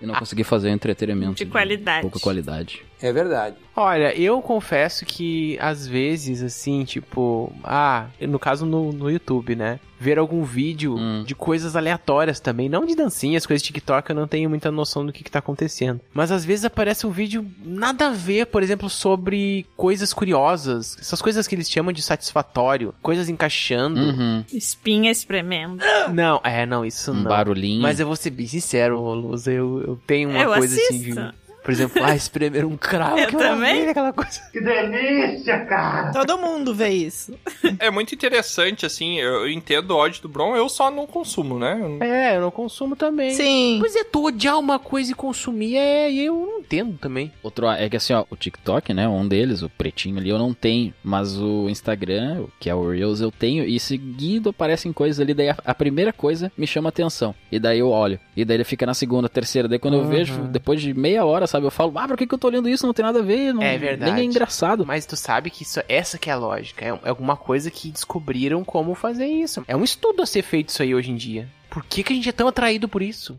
S8: Eu não consegui fazer entretenimento
S3: De qualidade.
S8: pouca qualidade.
S2: É verdade. Olha, eu confesso que às vezes, assim, tipo, ah, no caso no, no YouTube, né? Ver algum vídeo de coisas aleatórias também, não de dancinhas, coisas de TikTok, eu não tenho muita noção do que, que tá acontecendo. Mas às vezes aparece um vídeo nada a ver, por exemplo, sobre coisas curiosas, essas coisas que eles chamam de satisfatório, coisas encaixando.
S8: Uhum.
S3: Espinha espremendo.
S2: Não, é, não, isso não.
S8: Um barulhinho.
S2: Mas eu vou ser bem sincero, ô, Luz, eu, eu tenho uma
S3: Eu
S2: coisa assim
S3: assisto.
S2: de. Por exemplo, ah, espremer um cravo.
S3: Eu
S2: que
S3: também.
S2: maravilha, Aquela coisa.
S1: Que delícia, cara! Todo mundo vê isso.
S6: é muito interessante, assim, eu entendo o ódio do Bron, eu só não consumo, né? Eu não-
S2: É, eu não consumo também.
S1: Sim.
S2: Pois é, tu odiar uma coisa e consumir, é, eu não entendo também.
S8: Outro é que assim, ó, o TikTok, né? Um deles, o pretinho ali, eu não tenho. Mas o Instagram, que é o Reels, eu tenho. E seguido aparecem coisas ali. Daí a, a primeira coisa me chama atenção. E daí eu olho. E daí ele fica na segunda, terceira. Daí quando eu
S2: Uhum.
S8: vejo, depois de meia hora, sabe? Eu falo, ah, pra que, que eu tô olhando isso? Não tem nada a ver. Não,
S2: É verdade.
S8: Nem é engraçado.
S2: Mas tu sabe que isso, essa que é a lógica. É, é alguma coisa que descobriram como fazer isso. É um estudo a ser feito isso aí hoje em dia. Por que, que a gente é tão atraído por isso?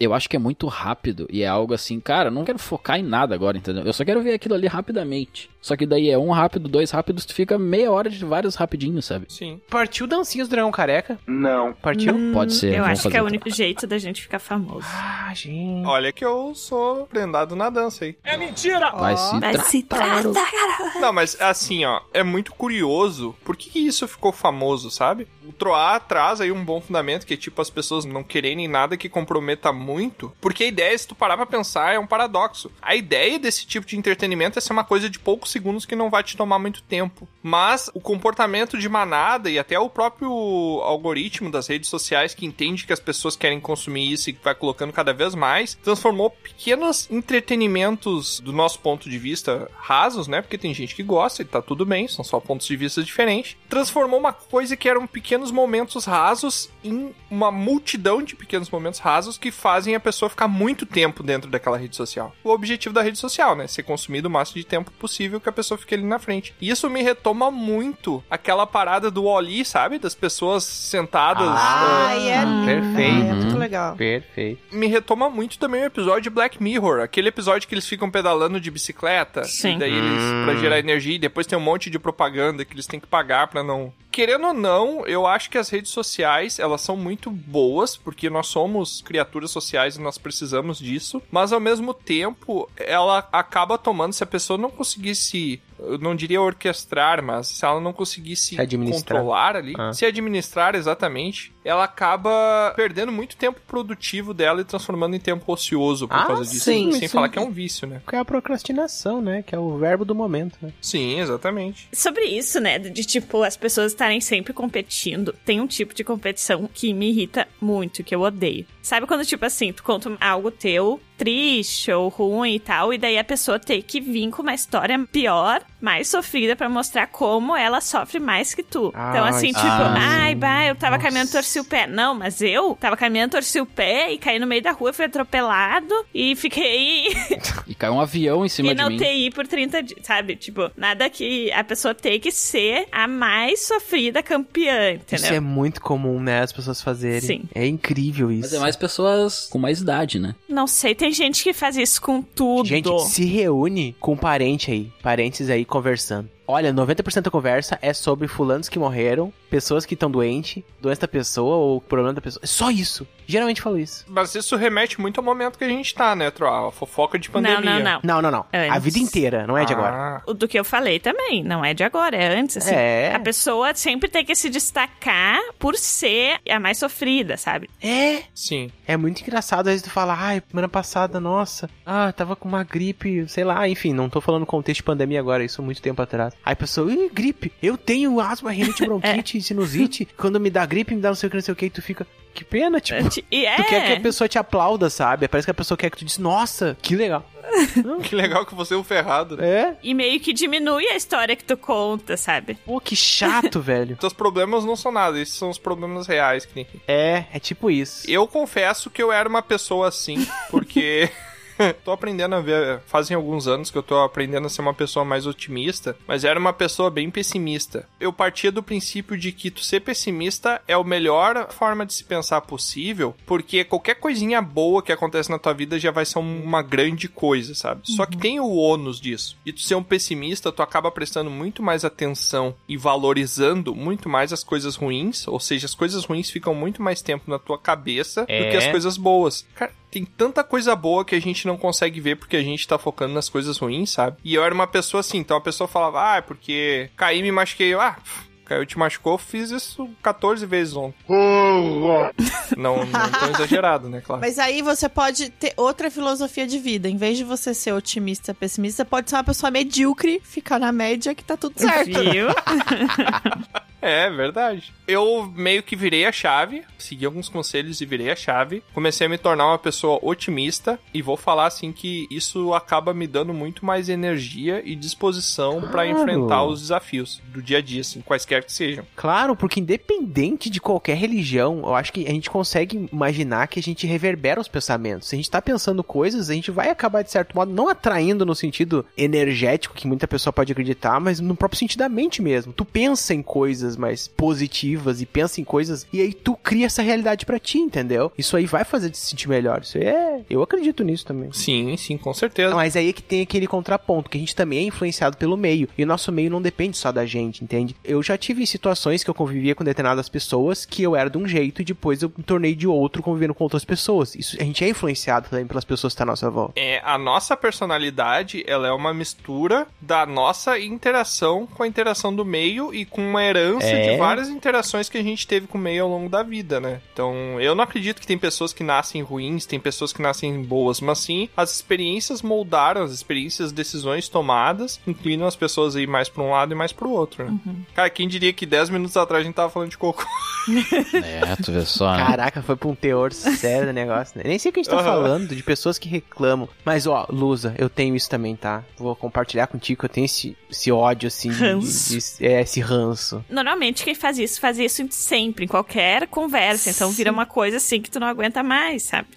S8: Eu acho que é muito rápido e é algo assim, cara, eu não quero focar em nada agora, entendeu? Eu só quero ver aquilo ali rapidamente. Só que daí é um rápido, dois rápidos, tu fica meia hora de vários rapidinhos, sabe?
S6: Sim.
S2: Partiu dancinhas do Dragão Careca? Não. Partiu?
S8: Pode ser.
S3: Hum, Eu
S8: vamos
S3: acho que
S8: fazer
S3: é o único jeito da gente ficar famoso.
S2: Ah, gente.
S6: Olha que eu sou prendado na dança aí. É mentira!
S8: Vai se Vai se
S6: Não, mas assim, ó, é muito curioso por que, que isso ficou famoso, sabe? O Troar traz aí um bom fundamento, que é tipo as pessoas não quererem nada que comprometa muito. Porque a ideia, se tu parar pra pensar, é um paradoxo. A ideia desse tipo de entretenimento é ser uma coisa de poucos segundos que não vai te tomar muito tempo. Mas o comportamento de manada e até o próprio algoritmo das redes sociais que entende que as pessoas querem consumir isso e vai colocando cada vez mais, transformou pequenos entretenimentos do nosso ponto de vista rasos, né? Porque tem gente que gosta e tá tudo bem, são só pontos de vista diferentes. Transformou uma coisa que eram pequenos momentos rasos em uma multidão de pequenos momentos rasos que fazem a pessoa ficar muito tempo dentro daquela rede social. O objetivo da rede social, né? Ser consumido o máximo de tempo possível que a pessoa fique ali na frente. E isso me retoma muito aquela parada do Oli, sabe? Das pessoas sentadas. ah,
S1: Ai, é lindo.
S2: Perfeito.
S1: É muito legal.
S2: Perfeito.
S6: me retoma muito também o episódio de Black Mirror, aquele episódio que eles ficam pedalando de bicicleta,
S3: Sim.
S6: e daí eles
S2: Hum.
S6: pra gerar energia e depois tem um monte de propaganda que eles têm que pagar pra não querendo ou não, eu acho que as redes sociais, elas são muito boas, porque nós somos criaturas sociais e nós precisamos disso, mas ao mesmo tempo, ela acaba tomando, se a pessoa não conseguisse eu não diria orquestrar, mas se ela não conseguisse
S2: administrar.
S6: controlar ali,
S2: Ah.
S6: se administrar exatamente, ela acaba perdendo muito tempo produtivo dela e transformando em tempo ocioso por
S2: Ah,
S6: causa disso.
S2: sim,
S6: sem
S2: sim.
S6: falar que é um vício, né?
S2: Que é a procrastinação, né? Que é o verbo do momento, né?
S6: Sim, exatamente.
S3: Sobre isso, né? De tipo, as pessoas estarem sempre competindo. Tem um tipo de competição que me irrita muito, que eu odeio. Sabe quando, tipo assim, tu conta algo teu triste ou ruim e tal, e daí a pessoa tem que vir com uma história pior, mais sofrida, pra mostrar como ela sofre mais que tu. então, assim,
S13: isso.
S3: tipo,
S13: Ah,
S3: ai,
S13: sim.
S3: bah, eu tava caminhando e torci o pé. Não, mas eu tava caminhando, torci o pé e caí no meio da rua, fui atropelado e fiquei
S8: E caiu um avião em cima
S3: e
S8: de
S3: não
S8: mim.
S3: TI por 30 dias, sabe? Tipo, nada que a pessoa tem que ser a mais sofrida campeã, entendeu?
S2: Isso é muito comum, né? As pessoas fazerem.
S3: Sim.
S2: É incrível isso.
S8: Mas é mais pessoas com mais
S3: [LAUGHS]
S8: idade, né?
S3: Não sei, tem gente que faz isso com tudo.
S2: é Gente, se reúne com um parente aí, parentes aí conversando. Olha, 90% da conversa é sobre fulanos que morreram, pessoas que estão doentes, doença da pessoa ou problema da pessoa. É só isso. Geralmente eu falo isso.
S6: Mas isso remete muito ao momento que a gente tá, né, Troa? A fofoca
S2: é
S6: de pandemia.
S3: não.
S2: Não, não, não. A
S3: Antes.
S2: vida inteira, não é de
S6: Ah.
S2: agora.
S3: O do que eu falei também, não é de agora, é antes, assim.
S2: É.
S3: A pessoa sempre tem que se destacar por ser a mais sofrida, sabe?
S2: É.
S6: Sim. [LAUGHS]
S2: É muito engraçado às vezes tu fala, ai, semana passada, nossa, ah, tava com uma gripe, sei lá, enfim, não tô falando contexto de pandemia agora, isso muito tempo atrás. Aí a pessoa, ih, gripe, eu tenho asma,
S3: [LAUGHS]
S2: rinite, bronquite, sinusite, quando me dá gripe, me dá não sei o que, não sei o que, e tu fica, que pena, tipo,
S3: E
S2: [LAUGHS]
S3: é.
S2: tu quer que a pessoa te aplauda, sabe? Parece que a pessoa quer que tu diz, nossa, que legal.
S6: que legal que você é o ferrado.
S2: É?
S3: E meio que diminui a história que tu conta, sabe?
S2: Pô, que chato, [LAUGHS] velho.
S6: Teus problemas não são nada, esses são os problemas reais que tem.
S2: É, é tipo isso.
S6: Eu confesso que eu era uma pessoa assim, porque. [LAUGHS] tô aprendendo a ver. Fazem alguns anos que eu tô aprendendo a ser uma pessoa mais otimista, mas era uma pessoa bem pessimista. Eu partia do princípio de que tu ser pessimista é a melhor forma de se pensar possível, porque qualquer coisinha boa que acontece na tua vida já vai ser uma grande coisa, sabe? Só que tem o ônus disso. E tu ser um pessimista, tu acaba prestando muito mais atenção e valorizando muito mais as coisas ruins, ou seja, as coisas ruins ficam muito mais tempo na tua cabeça do
S2: É.
S6: que as coisas boas. Cara, tem tanta coisa boa que a gente não consegue ver porque a gente tá focando nas coisas ruins, sabe? E eu era uma pessoa assim, então a pessoa falava, ah, é porque caí e me machuquei. Eu, Ah, pff, caiu te machucou, eu fiz isso 14 vezes ontem. não, não tão exagerado, né, claro.
S1: Mas aí você pode ter outra filosofia de vida. Em vez de você ser otimista, pessimista, você pode ser uma pessoa medíocre, ficar na média que tá tudo certo.
S3: Viu?
S6: É, verdade. Eu meio que virei a chave, segui alguns conselhos e virei a chave. Comecei a me tornar uma pessoa otimista e vou falar assim que isso acaba me dando muito mais energia e disposição pra
S2: Claro.
S6: enfrentar os desafios do dia a dia, assim, quaisquer que sejam.
S2: Claro, porque independente de qualquer religião, eu acho que a gente consegue imaginar que a gente reverbera os pensamentos. Se a gente tá pensando coisas, a gente vai acabar, de certo modo, não atraindo no sentido energético, que muita pessoa pode acreditar, mas no próprio sentido da mente mesmo. Tu pensa em coisas mais positivas e pensa em coisas, e aí tu cria essa realidade pra ti, entendeu? Isso aí vai fazer te sentir melhor. Isso aí é. Eu acredito nisso também.
S6: Sim, sim, com certeza.
S2: Mas aí é que tem aquele contraponto, que a gente também é influenciado pelo meio. E o nosso meio não depende só da gente, entende? Eu já tive situações que eu convivia com determinadas pessoas que eu era de um jeito e depois eu me tornei de outro convivendo com outras pessoas. Isso, a gente é influenciado também pelas pessoas que estão à nossa volta.
S6: É, a nossa personalidade, ela é uma mistura da nossa interação com a interação do meio e com uma herança
S2: É.
S6: de várias interações que a gente teve com o meio ao longo da vida, né? Então, eu não acredito que tem pessoas que nascem ruins, tem pessoas que nascem boas, mas sim, as experiências moldaram, as experiências, as decisões tomadas, inclinam as pessoas a ir mais pra um lado e mais pro outro, né? Cara, quem diria que 10 minutos atrás a gente tava falando de cocô?
S8: É, tu vê só, né?
S2: Caraca, foi pra um teor sério do negócio, né? Nem sei o que a gente tá
S6: Aham.
S2: falando, de pessoas que reclamam. Mas, ó, Lusa, eu tenho isso também, tá? Vou compartilhar contigo que eu tenho esse, esse ódio, assim, de-
S3: Ranço.
S2: de- é, esse ranço.
S3: Normalmente quem faz isso, faz isso sempre, em qualquer conversa. Então vira uma coisa assim que tu não aguenta mais, sabe?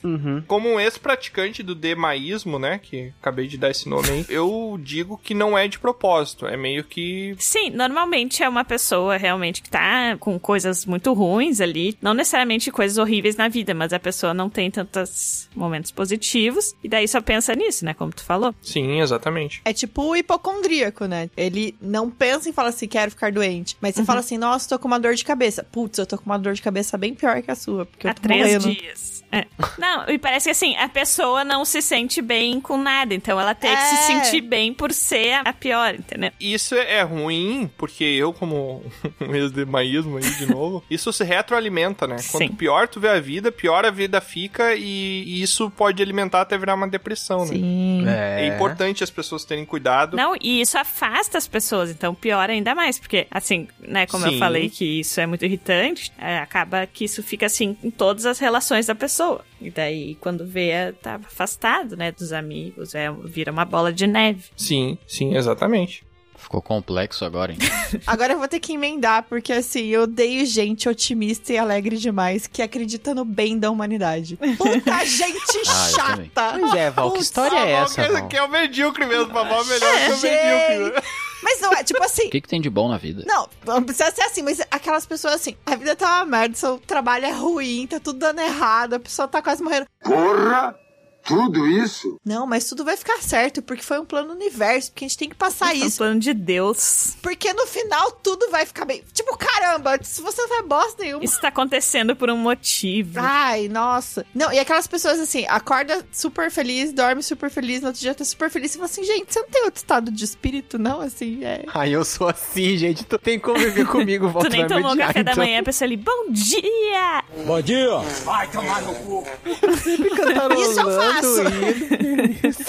S6: Como um ex-praticante do demaísmo, né? Que acabei de dar esse nome aí, eu digo que não é de propósito. É meio que.
S3: Sim, normalmente é uma pessoa realmente que tá com coisas muito ruins ali. Não necessariamente coisas horríveis na vida, mas a pessoa não tem tantos momentos positivos. E daí só pensa nisso, né? Como tu falou.
S6: Sim, exatamente.
S3: Uhum.
S1: É tipo o hipocondríaco, né? Ele não pensa e fala assim, quero ficar doente. Mas você fala assim, nossa, tô com uma dor de cabeça. Putz, eu tô com uma dor de cabeça bem pior que a sua, porque
S3: Há
S1: eu tô
S3: três
S1: morrendo.
S3: dias. É. Não, e parece que assim, a pessoa não se sente bem com nada, então ela tem que se
S1: É.
S3: sentir bem por ser a- a pior, entendeu?
S6: Isso é ruim, porque eu, como [LAUGHS] um ex-demaísmo aí de
S2: [LAUGHS]
S6: novo, isso se retroalimenta, né? Quanto
S3: Sim.
S6: pior tu vê a vida, pior a vida fica e, e isso pode alimentar até virar uma depressão,
S1: Sim.
S6: né?
S2: É.
S6: É importante as pessoas terem cuidado.
S3: Não, e isso afasta as pessoas, então pior ainda mais, porque assim, né, como eu
S6: Sim.
S3: falei que isso é muito irritante, é, acaba que isso fica assim em todas as relações da pessoa. E daí, quando vê, é, tá afastado, né, dos amigos, é, vira uma bola de neve.
S6: Sim, sim, exatamente.
S8: Ficou complexo agora, hein?
S1: Agora eu vou ter que emendar, porque assim, eu odeio gente otimista e alegre demais que acredita no bem da
S3: [LAUGHS]
S1: humanidade. Puta gente
S8: Ah, eu também.
S1: chata!
S2: Pois é, Val, que
S1: Putz,
S2: história é essa,
S6: que,
S2: Val?
S6: que é o medíocre mesmo, pra mal melhor
S3: É.
S6: que é o
S1: Gente.
S6: medíocre. né?
S1: Mas não é, tipo assim,
S8: O que, que tem de bom na vida?
S1: Não, não precisa ser assim, mas aquelas pessoas assim, a vida tá uma merda, seu trabalho é ruim, tá tudo dando errado, a pessoa tá quase morrendo.
S12: Porra! Tudo isso?
S1: Não, mas tudo vai ficar certo, porque foi um plano universo, porque a gente tem que passar
S3: É um
S1: isso.
S3: plano de Deus.
S1: Porque no final tudo vai ficar bem. Tipo, caramba, se você não faz bosta nenhuma.
S3: Isso tá acontecendo por um motivo.
S1: Ai, nossa. Não, e aquelas pessoas assim, acorda super feliz, dorme super feliz, no outro dia tá super feliz. E fala assim, gente, você não tem outro estado de espírito, não? Assim, é.
S2: Ai, eu sou assim, gente. Tu tem que conviver comigo, Val.
S3: [LAUGHS] Tu nem
S2: vai me
S3: tomou o
S2: odiar,
S3: café da
S2: então.
S3: manhã, a pessoa ali, bom dia!
S2: Bom dia!
S10: Vai tomar no cu.
S1: Isso eu faço.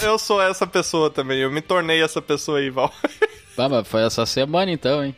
S6: Eu sou essa pessoa também, eu me tornei essa pessoa aí, Val.
S8: Bah, mas foi essa semana então, hein?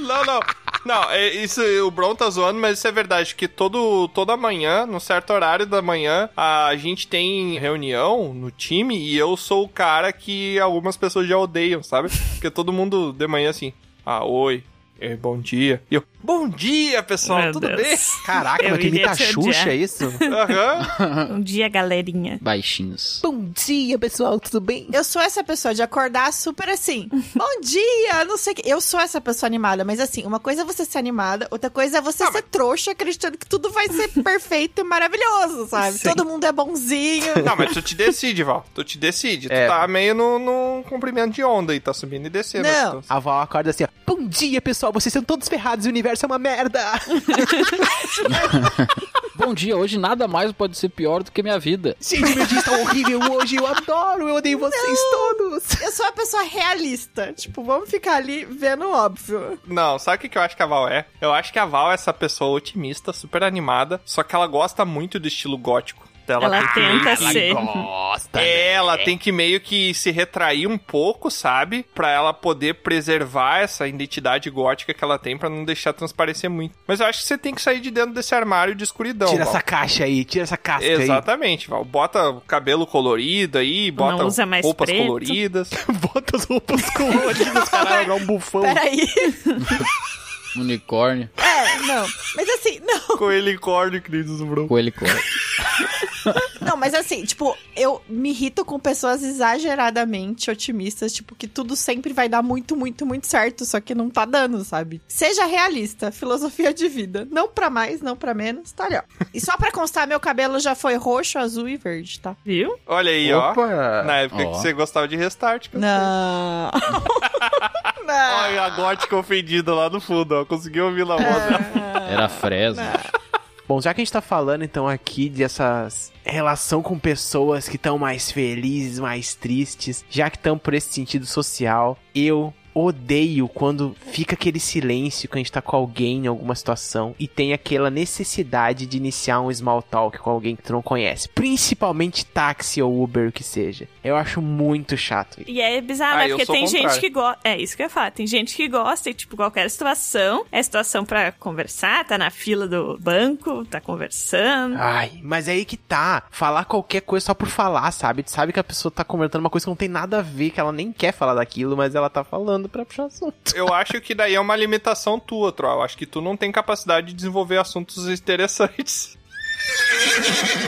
S6: Não, não. Não, é, isso o Bron tá zoando, mas isso é verdade. Que todo, toda manhã, num certo horário da manhã, a gente tem reunião no time e eu sou o cara que algumas pessoas já odeiam, sabe? Porque todo mundo de manhã assim, ah, oi. é, Bom dia. E eu, bom dia, pessoal,
S3: Meu
S6: tudo
S3: Deus.
S6: bem?
S2: Caraca,
S3: Eu
S2: mas que
S3: iria
S2: imita a
S3: te
S2: Xuxa,
S3: odiar.
S2: é
S3: [LAUGHS]
S2: isso?
S6: Aham.
S3: Bom Um dia, galerinha.
S8: Baixinhos.
S2: Bom dia, pessoal, tudo bem?
S1: Eu sou essa pessoa de acordar super assim. Bom dia, não sei o que. Eu sou essa pessoa animada, mas assim, uma coisa é você ser animada, outra coisa é você ser trouxa acreditando que tudo vai ser perfeito e maravilhoso, sabe? Todo mundo é
S6: [LAUGHS]
S1: bonzinho.
S6: Não, mas tu te decide, Val. Tu te decide.
S2: É.
S6: Tu tá meio num no, comprimento de onda e tá subindo e descendo.
S1: Não.
S6: Então,
S2: A Val acorda assim, ó. Bom dia, pessoal, vocês são todos ferrados, o universo é uma
S3: [LAUGHS]
S2: merda.
S8: Bom dia, hoje nada mais pode ser pior do que minha vida.
S2: Gente, meu dia está horrível hoje, eu adoro, eu odeio vocês todos.
S1: Eu sou uma pessoa realista. Tipo, vamos ficar ali vendo o óbvio.
S6: Não, sabe o que que eu acho que a Val é? Eu acho que a Val é essa pessoa otimista, super animada, só que ela gosta muito do estilo gótico. Então
S3: Ela
S6: tem que
S3: tenta
S6: meio
S3: ser.
S2: Gosta.
S6: que- É, Ela tem que meio que se retrair um pouco, sabe? Pra ela poder preservar essa identidade gótica que ela tem, pra não deixar transparecer muito. Mas eu acho que você tem que sair de dentro desse armário de escuridão.
S2: Tira
S6: Val.
S2: essa caixa aí, tira essa casca
S6: Exatamente, Val. Bota o cabelo colorido aí, bota
S3: usa mais
S6: roupas
S3: preto.
S2: [LAUGHS]
S6: coloridas.
S2: aí. [LAUGHS] Bota as roupas coloridas, caralho, igual um bufão.
S1: Peraí.
S8: Unicórnio,
S1: É, não. Mas assim, não.
S6: Coelicórnio, queridos, Bruno.
S8: coelho coelho.
S1: Não, mas assim, tipo, eu me irrito com pessoas exageradamente otimistas, tipo, que tudo sempre vai dar muito, muito, muito certo, só que não tá dando, sabe? Seja realista, filosofia de vida. Não pra mais, não pra menos, tá ali, ó. E só pra constar, meu cabelo já foi roxo, azul e verde, tá?
S3: Viu?
S6: Olha aí, ó.
S2: Opa!
S6: Na época
S8: Ó.
S6: que você gostava de restart, cara.
S1: Não. não.
S6: Olha a gótica ofendida lá no fundo, ó. Conseguiu ouvir lá voz.
S8: Era fresa.
S2: Bom, já que a gente tá falando então aqui dessa relação com pessoas que estão mais felizes, mais tristes, já que estão por esse sentido social, eu odeio quando fica aquele silêncio quando a gente tá com alguém em alguma situação e tem aquela necessidade de iniciar um small talk com alguém que tu não conhece, principalmente táxi ou Uber, o que seja. Eu acho muito chato.
S3: E é bizarro,
S6: Ah,
S3: né?
S6: eu
S3: Porque
S6: sou o
S3: tem gente
S6: contrário.
S3: que gosta. É isso que eu ia falar. Tem gente que gosta e, tipo, qualquer situação é situação pra conversar, tá na fila do banco, tá conversando.
S2: Ai, mas é aí que tá. Falar qualquer coisa só por falar, sabe? Tu sabe que a pessoa tá comentando uma coisa que não tem nada a ver, que ela nem quer falar daquilo, mas ela tá falando pra puxar assunto.
S6: Eu acho que daí é uma limitação tua, Troll. Eu acho que tu não tem capacidade de desenvolver assuntos interessantes. [LAUGHS]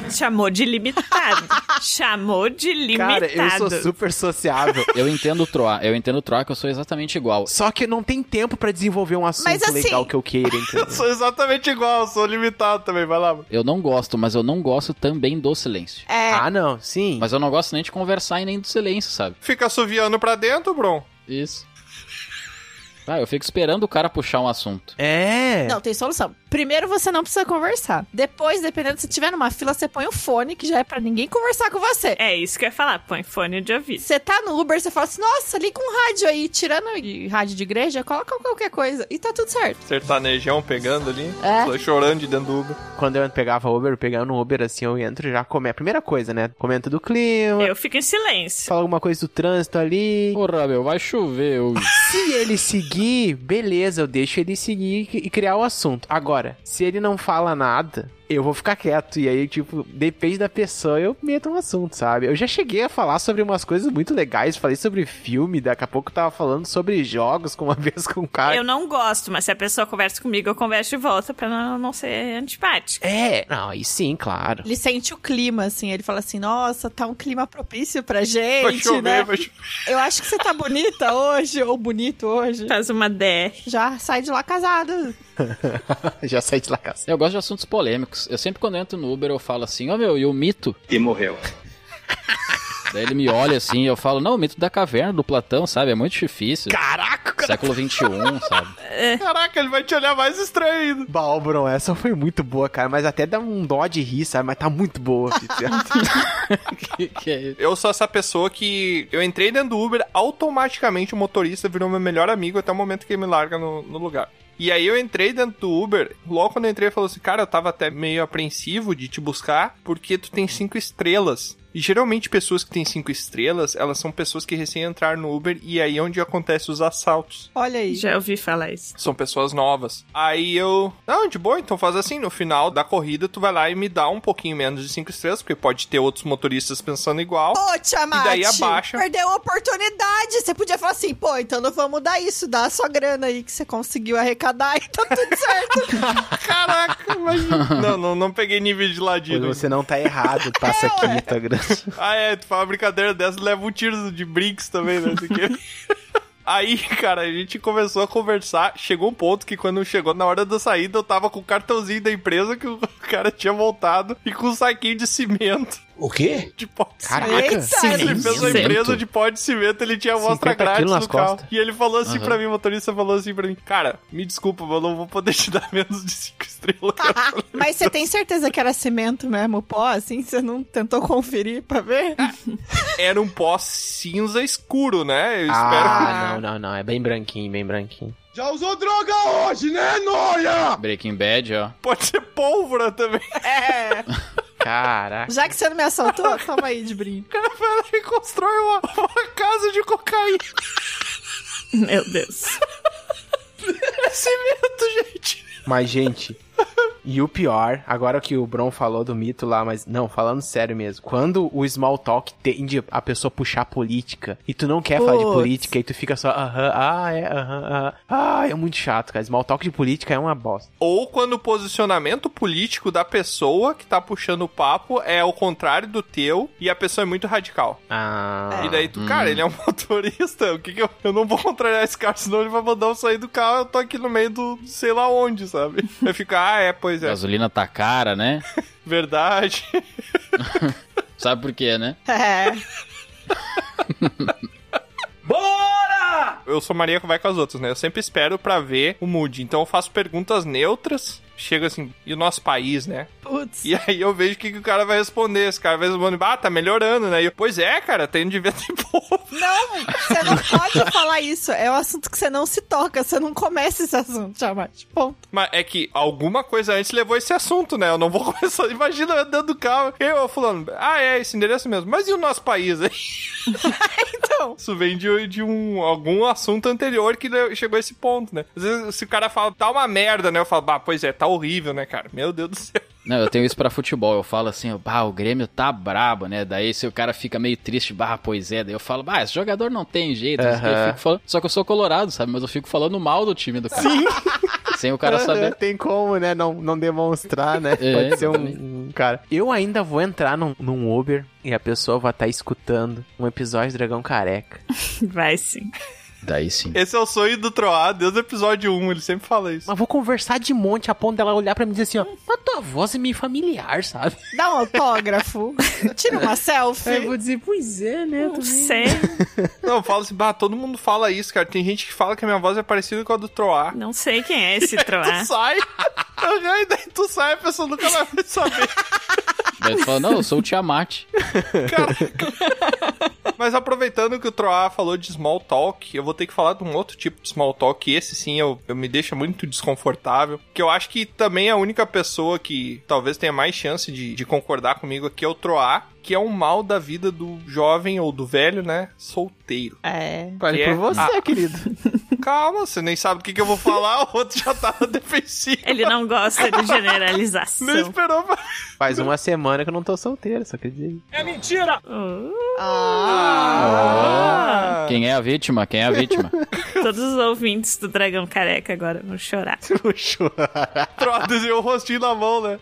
S6: Ah.
S3: Chamou de limitado. Chamou de limitado.
S2: Cara, eu sou super sociável.
S8: Eu entendo o Troá, eu entendo o Troá que eu sou exatamente
S2: [LAUGHS]
S8: igual.
S2: Só que não tem tempo pra desenvolver um assunto
S1: Mas assim-
S2: legal que eu queira, entendeu?
S6: Eu sou exatamente igual, eu sou limitado também, vai lá.
S8: Eu não gosto, mas eu não gosto também do silêncio.
S1: [LAUGHS] [LAUGHS] É.
S2: Ah, não, sim.
S8: Mas eu não gosto nem de conversar e nem do silêncio, sabe?
S6: Fica assoviando pra dentro, Bron.
S8: Isso. Ah, eu fico esperando o cara puxar um assunto.
S2: É.
S1: Não, tem solução. Primeiro você não precisa conversar. Depois, dependendo se tiver numa fila, você põe o fone, que já é pra ninguém conversar com você.
S3: É isso que eu ia falar, põe fone de ouvido.
S1: Você tá no Uber, você fala assim: "Nossa, liga um rádio aí, tirando de rádio de igreja, coloca qualquer coisa e tá tudo certo".
S6: Sertanejão pegando ali.
S1: É.
S6: Tô chorando de dentro do Uber.
S2: Quando eu pegava Uber, pegando um Uber assim, eu entro e já come. A primeira coisa, né? Comenta do
S1: É.
S2: clima.
S3: Eu fico em silêncio.
S2: Fala alguma coisa do trânsito ali.
S8: Porra, meu, vai chover hoje.
S2: Se ele seguir, beleza, eu deixo ele seguir e e criar o assunto. Agora, se ele não fala nada, eu vou ficar quieto. E aí, tipo, depende da pessoa, eu meto um assunto, sabe? Eu já cheguei a falar sobre umas coisas muito legais. Falei sobre filme, daqui a pouco eu tava falando sobre jogos com uma [LAUGHS] vez com um cara.
S3: Eu não gosto, mas se a pessoa conversa comigo, eu converso de volta pra não, não ser antipática.
S2: É, não, aí sim, claro.
S1: Ele sente o clima, assim. Ele fala assim: nossa, tá um clima propício pra gente.
S6: Vai chover,
S1: né?
S6: vai chover.
S1: Eu acho que você tá bonita hoje, ou bonito hoje.
S3: Faz uma DR.
S1: Já sai de lá casado.
S2: [LAUGHS] já saí de lá casa.
S8: Eu gosto de assuntos polêmicos. Eu sempre quando entro no Uber, eu falo assim, ó meu, e o mito?
S11: E morreu.
S8: Daí ele me olha assim, eu falo, não, o mito da caverna, do Platão, sabe? É muito difícil.
S2: Caraca, cara.
S8: Século XXI, sabe?
S6: Caraca, ele vai te olhar mais estranho ainda.
S2: Balbron, essa foi muito boa, cara. Mas até dá um dó de rir, sabe? Mas tá muito boa. [LAUGHS] Peter.
S8: que, que é isso?
S6: Eu sou essa pessoa que eu entrei dentro do Uber, automaticamente o motorista virou meu melhor amigo até o momento que ele me larga no, no lugar. E aí eu entrei dentro do Uber, logo quando eu entrei, ele falou assim: Cara, eu tava até meio apreensivo de te buscar, porque tu tem cinco estrelas. E geralmente pessoas que têm cinco estrelas, elas são pessoas que recém entraram no Uber e aí é onde acontece os assaltos.
S1: Olha aí.
S3: Já ouvi falar isso. [LAUGHS]
S6: São pessoas novas. Aí eu. Não, de boa, então faz assim. No final da corrida, tu vai lá e me dá um pouquinho menos de 5 estrelas, porque pode ter outros motoristas pensando igual.
S1: Ô, Tiamat,
S6: E daí abaixa.
S1: perdeu a oportunidade. Você podia falar assim, pô, então não vamos dar isso, dá a sua grana aí que você conseguiu arrecadar [LAUGHS] e tá tudo certo.
S2: [LAUGHS]
S6: Caraca, imagina. não, não, não peguei nível de
S2: Pois
S6: ladino.
S2: você não tá [LAUGHS] errado, passa aqui, tá Instagram. [LAUGHS]
S6: Ah, é, tu faz uma brincadeira dessa, leva um tiro de Brinks também, né? Isso aqui. [LAUGHS] Aí, cara, a gente começou a conversar. Chegou um ponto que quando chegou na hora da saída, eu tava com o cartãozinho da empresa que o [LAUGHS] cara tinha voltado e com um saquinho de cimento.
S7: O quê?
S6: De pó de cimento.
S2: Caraca,
S1: Eita,
S6: Ele fez uma
S8: Cimento?
S6: empresa de pó de cimento, ele tinha amostra
S2: 50
S6: grátis
S2: quilos
S6: no
S2: nas
S6: carro.
S2: costas.
S6: E ele falou assim
S8: Aham.
S6: pra mim, o motorista falou assim pra mim, cara, me desculpa, mas eu não vou poder te dar menos de 5 estrelas.
S1: Tá. Mas você tem certeza que era cimento mesmo, pó, assim? Você não tentou conferir pra ver?
S6: Era um pó cinza escuro, né? Eu
S2: Ah, não, não, não. É bem branquinho, bem branquinho.
S4: Já usou droga hoje, né, Noia?
S8: Breaking Bad, ó.
S6: espero. Pode ser pólvora também. [LAUGHS]
S1: É.
S2: Caraca.
S1: Já que você não me assaltou, toma aí de brinde.
S6: O cara foi lá e constrói uma, uma casa de cocaína.
S3: Meu Deus.
S6: É cimento, gente.
S2: Mas, gente, e o pior, agora que o Bron falou do mito lá, mas não, falando sério mesmo, quando o small talk tende a pessoa puxar política e tu não quer falar de
S1: Putz.
S2: política e tu fica só, aham, ah, é, aham, ah, ah, é muito chato, cara. Small talk de política é uma bosta.
S6: Ou quando o posicionamento político da pessoa que tá puxando o papo é ao contrário do teu e a pessoa é muito radical.
S2: Ah.
S6: E daí tu, cara, ele é um [LAUGHS] motorista, o que que eu... Eu não vou contrariar esse cara, senão ele vai mandar eu sair do carro, eu tô aqui no meio do sei lá onde, sabe? Aí fica, ah, é, pois é,
S8: Gasolina tá cara, né?
S6: verdade.
S8: Sabe por quê, né?
S1: É.
S6: Eu sou Maria que vai com as outras, né? Eu sempre espero pra ver o mood, então eu faço perguntas neutras, chego assim, e o nosso país, né?
S1: Putz.
S6: E aí eu vejo o que, que o cara vai responder. Esse cara vai responder, ah, tá melhorando, né? E eu, pois é, cara, tem de ver [LAUGHS] tem povo.
S1: Não, você não pode falar isso. É um assunto que você não se toca. Você não começa esse assunto, Tiamat. Ponto.
S6: Mas é que alguma coisa antes levou esse assunto, né? Eu não vou [LAUGHS] começar. Imagina eu andando do carro, eu falando, ah, é, esse endereço mesmo. Mas e o nosso país, hein?
S1: Então,
S6: Isso vem de, de um, algum assunto anterior que le- chegou a esse ponto, né? Às vezes, se o cara fala, tá uma merda, né? Eu falo, bah, pois é, tá horrível, né, cara? Meu Deus do [LAUGHS] céu.
S8: Não, eu tenho isso pra futebol. Eu falo assim, bah, o Grêmio tá brabo, né? Daí se o cara fica meio triste, bah, pois é. Daí eu falo, bah, esse jogador não tem jeito. não sei o quê. Eu fico falando- Só que eu sou colorado, sabe? Mas eu fico falando mal do time do cara. Sim. [LAUGHS] Sem o cara saber.
S2: Tem como, né? Não, não demonstrar, né?
S8: [LAUGHS] É,
S2: Pode ser
S8: exatamente.
S2: um, um cara. Eu ainda vou entrar num, num
S13: tá
S2: Uber e a pessoa vai estar escutando um episódio de Dragão Careca.
S3: Vai sim.
S8: Daí sim.
S6: Esse é o sonho do Troá, desde o episódio 1, ele sempre
S2: [LAUGHS]
S6: fala isso.
S13: Mas vou conversar de monte a ponto dela olhar pra mim e dizer assim, ó, a tua voz é meio familiar, sabe?
S1: Dá um autógrafo, tira uma selfie.
S13: Eu vou dizer, pois é, né? Não
S3: sei.
S6: Não, eu falo assim, bah, todo mundo fala isso, cara. Tem gente que fala que a minha voz é parecida com a do Troá.
S3: Não sei quem é esse
S6: E aí
S3: Troá.
S6: [LAUGHS] Tu sai, e daí tu sai, a pessoa nunca vai saber.
S8: Daí tu fala, não, eu sou o Tiamat.
S6: Mas aproveitando que o Troá falou de small talk, eu vou ter que falar de um outro tipo de small talk. E esse sim eu, eu me deixa muito desconfortável. Que eu acho que também é a única pessoa que talvez tenha mais chance de, de concordar comigo aqui é o Troá, que é um mal da vida do jovem ou do velho, né? Solteiro.
S1: É.
S13: Vale por você, querido.
S6: Calma, você nem sabe do que, que eu vou falar, [LAUGHS] o outro já tá na defensiva.
S3: Ele não gosta
S6: [LAUGHS]
S3: de generalização.
S6: Nem esperou pra...
S13: [LAUGHS] Faz uma semana que eu não tô solteiro, só quer dizer.
S6: É mentira!
S8: Ah. Quem é a vítima? Quem é a vítima?
S3: Todos os ouvintes do Dragão Careca agora vão chorar.
S6: Troá desenhou o rostinho na mão, né?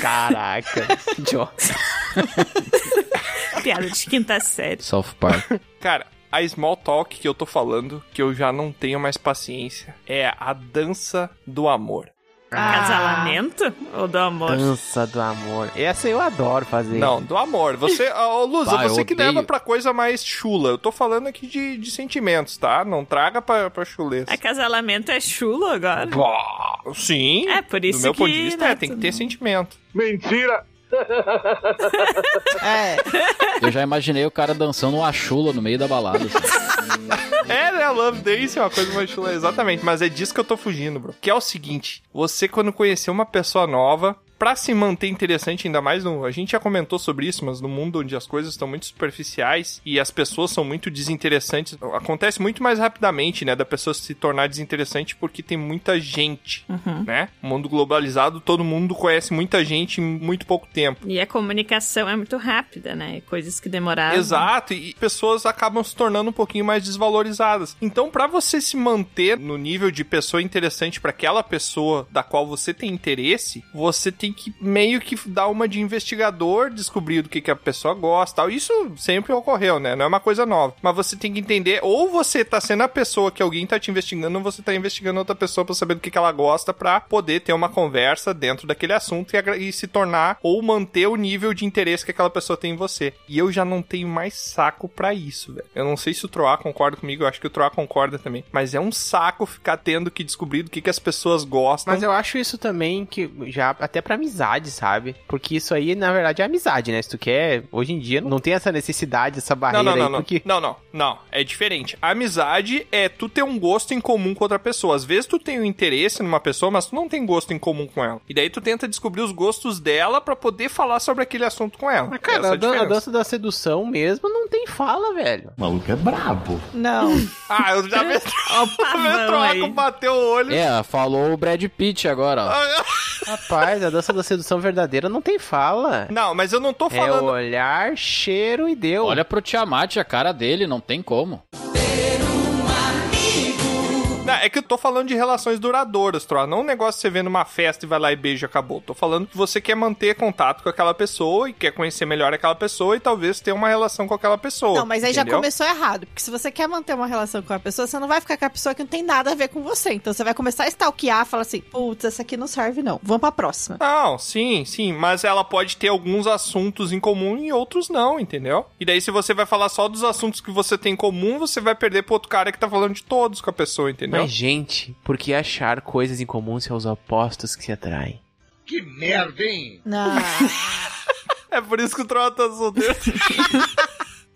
S13: Caraca, [LAUGHS] idiota.
S3: Piada de quinta série.
S8: South Park.
S6: Cara, a small talk que eu tô falando, que eu já não tenho mais paciência, é a dança do amor. Ah.
S3: Casalamento ou do amor?
S2: Então.
S13: Dança do amor. Essa eu adoro fazer.
S6: Não, do amor.
S8: [LAUGHS]
S6: Você, ô Lusa,
S8: Bah, eu
S6: você que
S8: odeio.
S6: leva pra coisa mais chula. Eu tô falando aqui de, de sentimentos, tá? Não traga pra, pra chuleza.
S3: Acasalamento é chulo agora?
S6: Bah, Sim.
S3: É, por isso
S6: Do meu
S3: que,
S6: ponto de vista,
S3: né,
S6: é, tem que
S3: tu
S6: ter
S3: não-
S6: sentimento.
S7: Mentira!
S1: É.
S8: Eu já imaginei o cara dançando uma chula no meio da balada. assim.
S6: É, né? Love Dance é uma coisa mais chula, exatamente. Mas é disso que eu tô fugindo, bro. Que é o seguinte: você, quando conhecer uma pessoa nova, pra se manter interessante, ainda mais no. A gente já comentou sobre isso, mas no mundo onde as coisas estão muito superficiais e as pessoas são muito desinteressantes, acontece muito mais rapidamente, né? Da pessoa se tornar desinteressante porque tem muita gente, né? No mundo globalizado, todo mundo conhece muita gente em muito pouco tempo.
S3: E a comunicação é muito rápida, né? Coisas que demoravam.
S6: Exato, e pessoas acabam se tornando um pouquinho mais desvalorizadas. Então, pra você se manter no nível de pessoa interessante pra aquela pessoa da qual você tem interesse, você tem que meio que dar uma de investigador, descobrir do que, que a pessoa gosta, tal. Isso sempre ocorreu, né? Não é uma coisa nova. Mas você tem que entender ou você tá sendo a pessoa que alguém tá te investigando, ou você tá investigando outra pessoa pra saber do que, que ela gosta pra poder ter uma conversa dentro daquele assunto e, agra- e se tornar ou manter o nível de interesse que aquela pessoa tem em você. E eu já não tenho mais saco pra isso, velho. Eu não sei se o Troá concorda comigo, eu acho que o Troá concorda também. Mas é um saco ficar tendo que descobrir do que, que as pessoas gostam.
S13: Mas eu acho isso também que já até pra amizade, sabe? Porque isso aí, na verdade, é amizade, né? Se tu quer, hoje em dia não tem essa necessidade, essa barreira
S6: Não, não, não,
S13: aí,
S6: não.
S13: porque
S6: não, não, não. É diferente. Amizade é tu ter um gosto em comum com outra pessoa. Às vezes tu tem um interesse numa pessoa, mas tu não tem gosto em comum com ela. E daí tu tenta descobrir os gostos dela pra poder falar sobre aquele assunto com ela.
S13: Mas,
S6: Essa
S13: Ah, cara,
S6: é a
S13: a, dan- a
S6: diferença.
S13: dança da sedução mesmo não tem fala, velho.
S11: O maluco é brabo.
S1: Não.
S6: Ah, [LAUGHS]
S13: [LAUGHS]
S6: eu já me
S3: Ó, o
S6: eu
S3: pavão
S6: troco,
S3: aí.
S6: bateu o olho.
S8: É, falou o Brad Pitt agora, ó.
S13: Rapaz, a dança da sedução verdadeira não tem fala.
S6: Não, mas eu não tô
S13: É
S6: falando.
S13: olhar, cheiro e deu.
S8: Olha pro Tiamat a cara dele, não tem como.
S6: Não, é que eu tô falando de relações duradouras, Troa. Não um negócio que você vê numa festa e vai lá e beija e acabou. Tô falando que você quer manter contato com aquela pessoa e quer conhecer melhor aquela pessoa e talvez ter uma relação com aquela pessoa.
S1: Não, mas aí já
S6: entendeu?
S1: começou errado. Porque se você quer manter uma relação com a pessoa, você não vai ficar com a pessoa que não tem nada a ver com você. Então você vai começar a stalkear, falar assim: putz, essa aqui não serve, não. Vamos pra próxima.
S6: Não, sim, sim, mas ela pode ter alguns assuntos em comum e outros não, entendeu? E daí, se você vai falar só dos assuntos que você tem em comum, você vai perder pro outro cara que tá falando de todos com a pessoa, entendeu?
S13: Mas, gente, por que achar coisas em comum se é os opostos que se [LAUGHS] atraem?
S10: Que merda, hein?
S1: Não.
S6: É por isso que o Troll tá solteiro.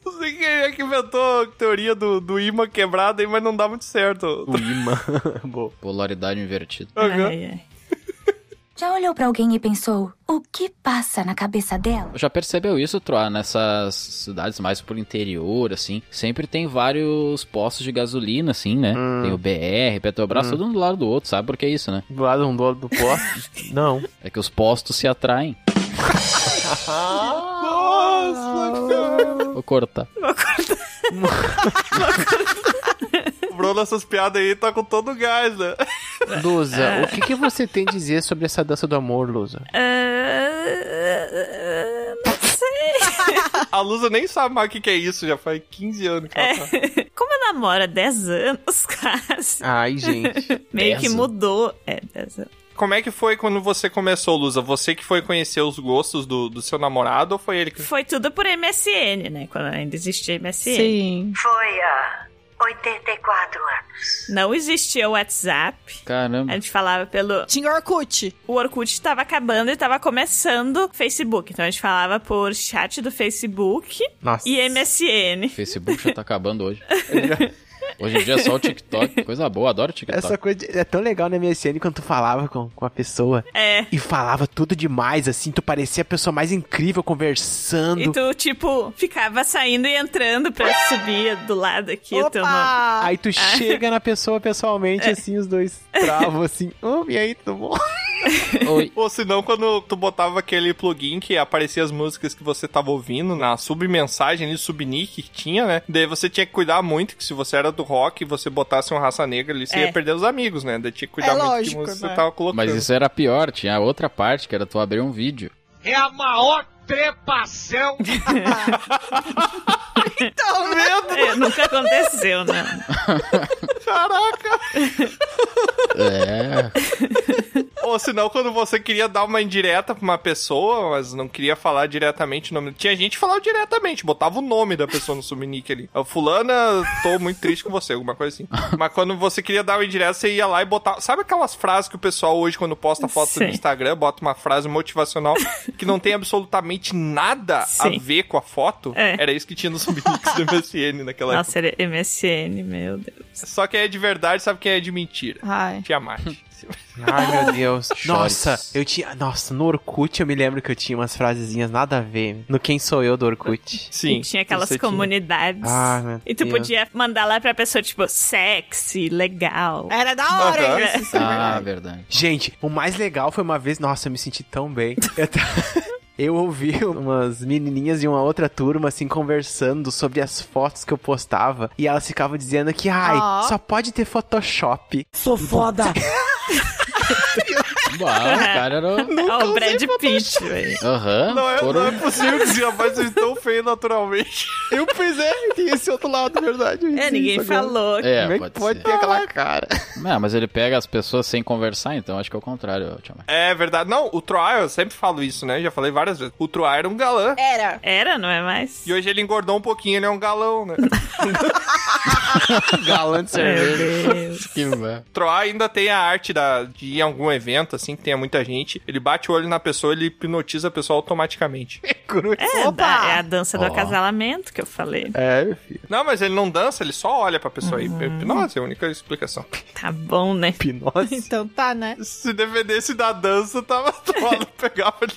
S6: Não sei quem é que inventou a teoria do, do imã quebrado aí, mas não dá muito certo.
S13: O imã. [LAUGHS] Boa.
S8: Polaridade invertida.
S3: Ai, ai.
S14: Já olhou pra alguém e pensou: o que passa na cabeça dela?
S8: Já percebeu isso, Troa? Nessas cidades mais pro interior, assim, sempre tem vários postos de gasolina, assim, né?
S2: Hum.
S8: Tem o BR, Petrobras, todo um do lado do outro, sabe por que é isso, né?
S13: Do lado um do outro do posto? não.
S8: É que os postos se atraem.
S6: Nossa,
S8: Vou cortar.
S6: o Bruno, essas piadas aí tá com todo o gás, né?
S3: Ah.
S13: Lusa, o que, que você tem a dizer sobre essa dança do amor, Lusa?
S3: Ah, não Ah, sei.
S6: A Lusa nem sabe mais o que, que é isso, já faz 15 anos que ela tá.
S3: Como eu namoro há 10 anos, [LAUGHS] quase.
S2: Ai, gente.
S3: [LAUGHS] Meio
S6: Dez
S3: que
S6: anos.
S3: mudou. É, 10 anos.
S6: Como é que foi quando você começou, Lusa? Você que foi conhecer os gostos do, do seu namorado ou foi ele que.
S3: Foi tudo por MSN, né? Quando ainda existia MSN.
S1: [LAUGHS] Sim.
S15: Foi há 84 anos.
S3: Não existia o WhatsApp.
S8: Caramba.
S3: A gente falava pelo.
S1: Tinha Orkut.
S3: O Orkut tava acabando e tava começando o Facebook. Então a gente falava por chat do Facebook
S8: Nossa.
S3: e MSN.
S8: Facebook já tá
S2: [LAUGHS]
S8: acabando hoje. Hoje em dia é só o TikTok. Coisa boa, adoro TikTok.
S2: Essa coisa de- é tão legal na MSN quando tu falava com, com a pessoa.
S3: É.
S2: E falava tudo demais, assim, tu parecia a pessoa mais incrível conversando.
S3: E tu, tipo, ficava saindo e entrando pra subir do lado aqui o teu nome.
S2: Aí tu chega na pessoa pessoalmente,
S3: Ah. É.
S2: assim, os dois travam,
S3: [LAUGHS]
S2: assim. "Ô, e aí, tudo bom?
S6: Ou senão, quando tu botava aquele plugin que aparecia as músicas que você tava ouvindo na submensagem ali, subnick que tinha, né? Daí você tinha que cuidar muito, que se você era do rock e você botasse um raça negra ali, você
S1: É.
S6: ia perder os amigos, né? Daí tinha que cuidar
S1: É
S6: muito
S1: lógico,
S6: que você
S1: né?
S6: tava colocando.
S8: Mas isso era pior, tinha a outra parte que era tu abrir
S2: [LAUGHS]
S8: um vídeo.
S4: É a maior trepação.
S1: então,
S4: né?
S3: É, nunca aconteceu, né?
S6: Caraca!
S8: É.
S6: Ou senão, quando você queria dar uma indireta pra uma pessoa, mas não queria falar diretamente o nome. Tinha gente que falava diretamente, botava o nome da pessoa no subnick ali. Ah, Fulana, tô muito triste com você, alguma coisa assim. Mas quando você queria dar uma indireta, você ia lá e botava. Sabe aquelas frases que o pessoal hoje, quando posta foto
S16: Sim.
S6: no Instagram, bota uma frase motivacional que não tem absolutamente nada
S3: Sim.
S6: a ver com a foto?
S3: É.
S6: Era isso que tinha no subnicks do MSN naquela
S2: é
S6: época.
S3: Nossa, era MSN, meu Deus.
S6: Só quem é de verdade sabe quem é de mentira.
S1: Ai.
S6: Tiamat.
S2: Ai, meu Deus.
S6: Shorts.
S2: [LAUGHS] Nossa, eu tinha. Nossa, no Orkut eu me lembro que eu tinha umas frasezinhas nada a ver. No Quem Sou Eu do Orkut.
S3: e tinha aquelas
S2: Você tinha.
S3: comunidades.
S2: Ah, meu
S3: e tu
S2: Deus.
S3: podia mandar lá pra pessoa, tipo, sexy, legal.
S1: Era da hora,
S2: Aham.
S1: hein?
S8: Ah, verdade.
S2: Gente, o mais legal foi uma vez. Nossa, eu me senti tão bem. Eu, ta- [LAUGHS] eu ouvi umas menininhas de uma outra turma, assim, conversando sobre as fotos que eu postava. E elas ficavam dizendo que, ai,
S1: Ó.
S2: só pode ter Photoshop.
S1: Sou foda.
S8: Uau, o cara era. o-
S3: É o Brad Pitt,
S8: [LAUGHS]
S3: velho.
S8: Aham.
S6: Não é,
S8: foram-
S6: não é possível que os rapazes estão feios naturalmente.
S2: Eu fiz é, tem esse outro lado, verdade.
S3: É, ninguém falou.
S8: É,
S2: Como é que
S8: pode
S2: pode
S8: ser.
S2: ter aquela cara?
S8: Não, mas ele pega as pessoas sem conversar, então acho que é o contrário, ô, Tiamat.
S6: É verdade. Não, o Troy, eu sempre falo isso, né? Já falei várias vezes. O Troy era um galã.
S1: Era.
S3: Era, não é mais?
S6: E hoje ele engordou um pouquinho, ele é um galão, né?
S2: Galã de
S3: É.
S2: cerveja.
S8: [LAUGHS] Que merda.
S6: Troy ainda tem a arte da, de ir em algum evento, assim, que tenha muita gente. Ele bate o olho na pessoa, ele hipnotiza a pessoa automaticamente.
S3: É,
S1: Opa!
S3: da- é a dança do
S6: Ó.
S3: acasalamento que eu falei.
S2: É, meu filho.
S6: Não, mas ele não dança, ele só olha pra pessoa. aí. Hipnose é a única explicação.
S3: Tá bom, né?
S2: Hipnose.
S1: Então tá, né?
S6: Se dependesse da dança, tava [LAUGHS] tomado, pegava ali.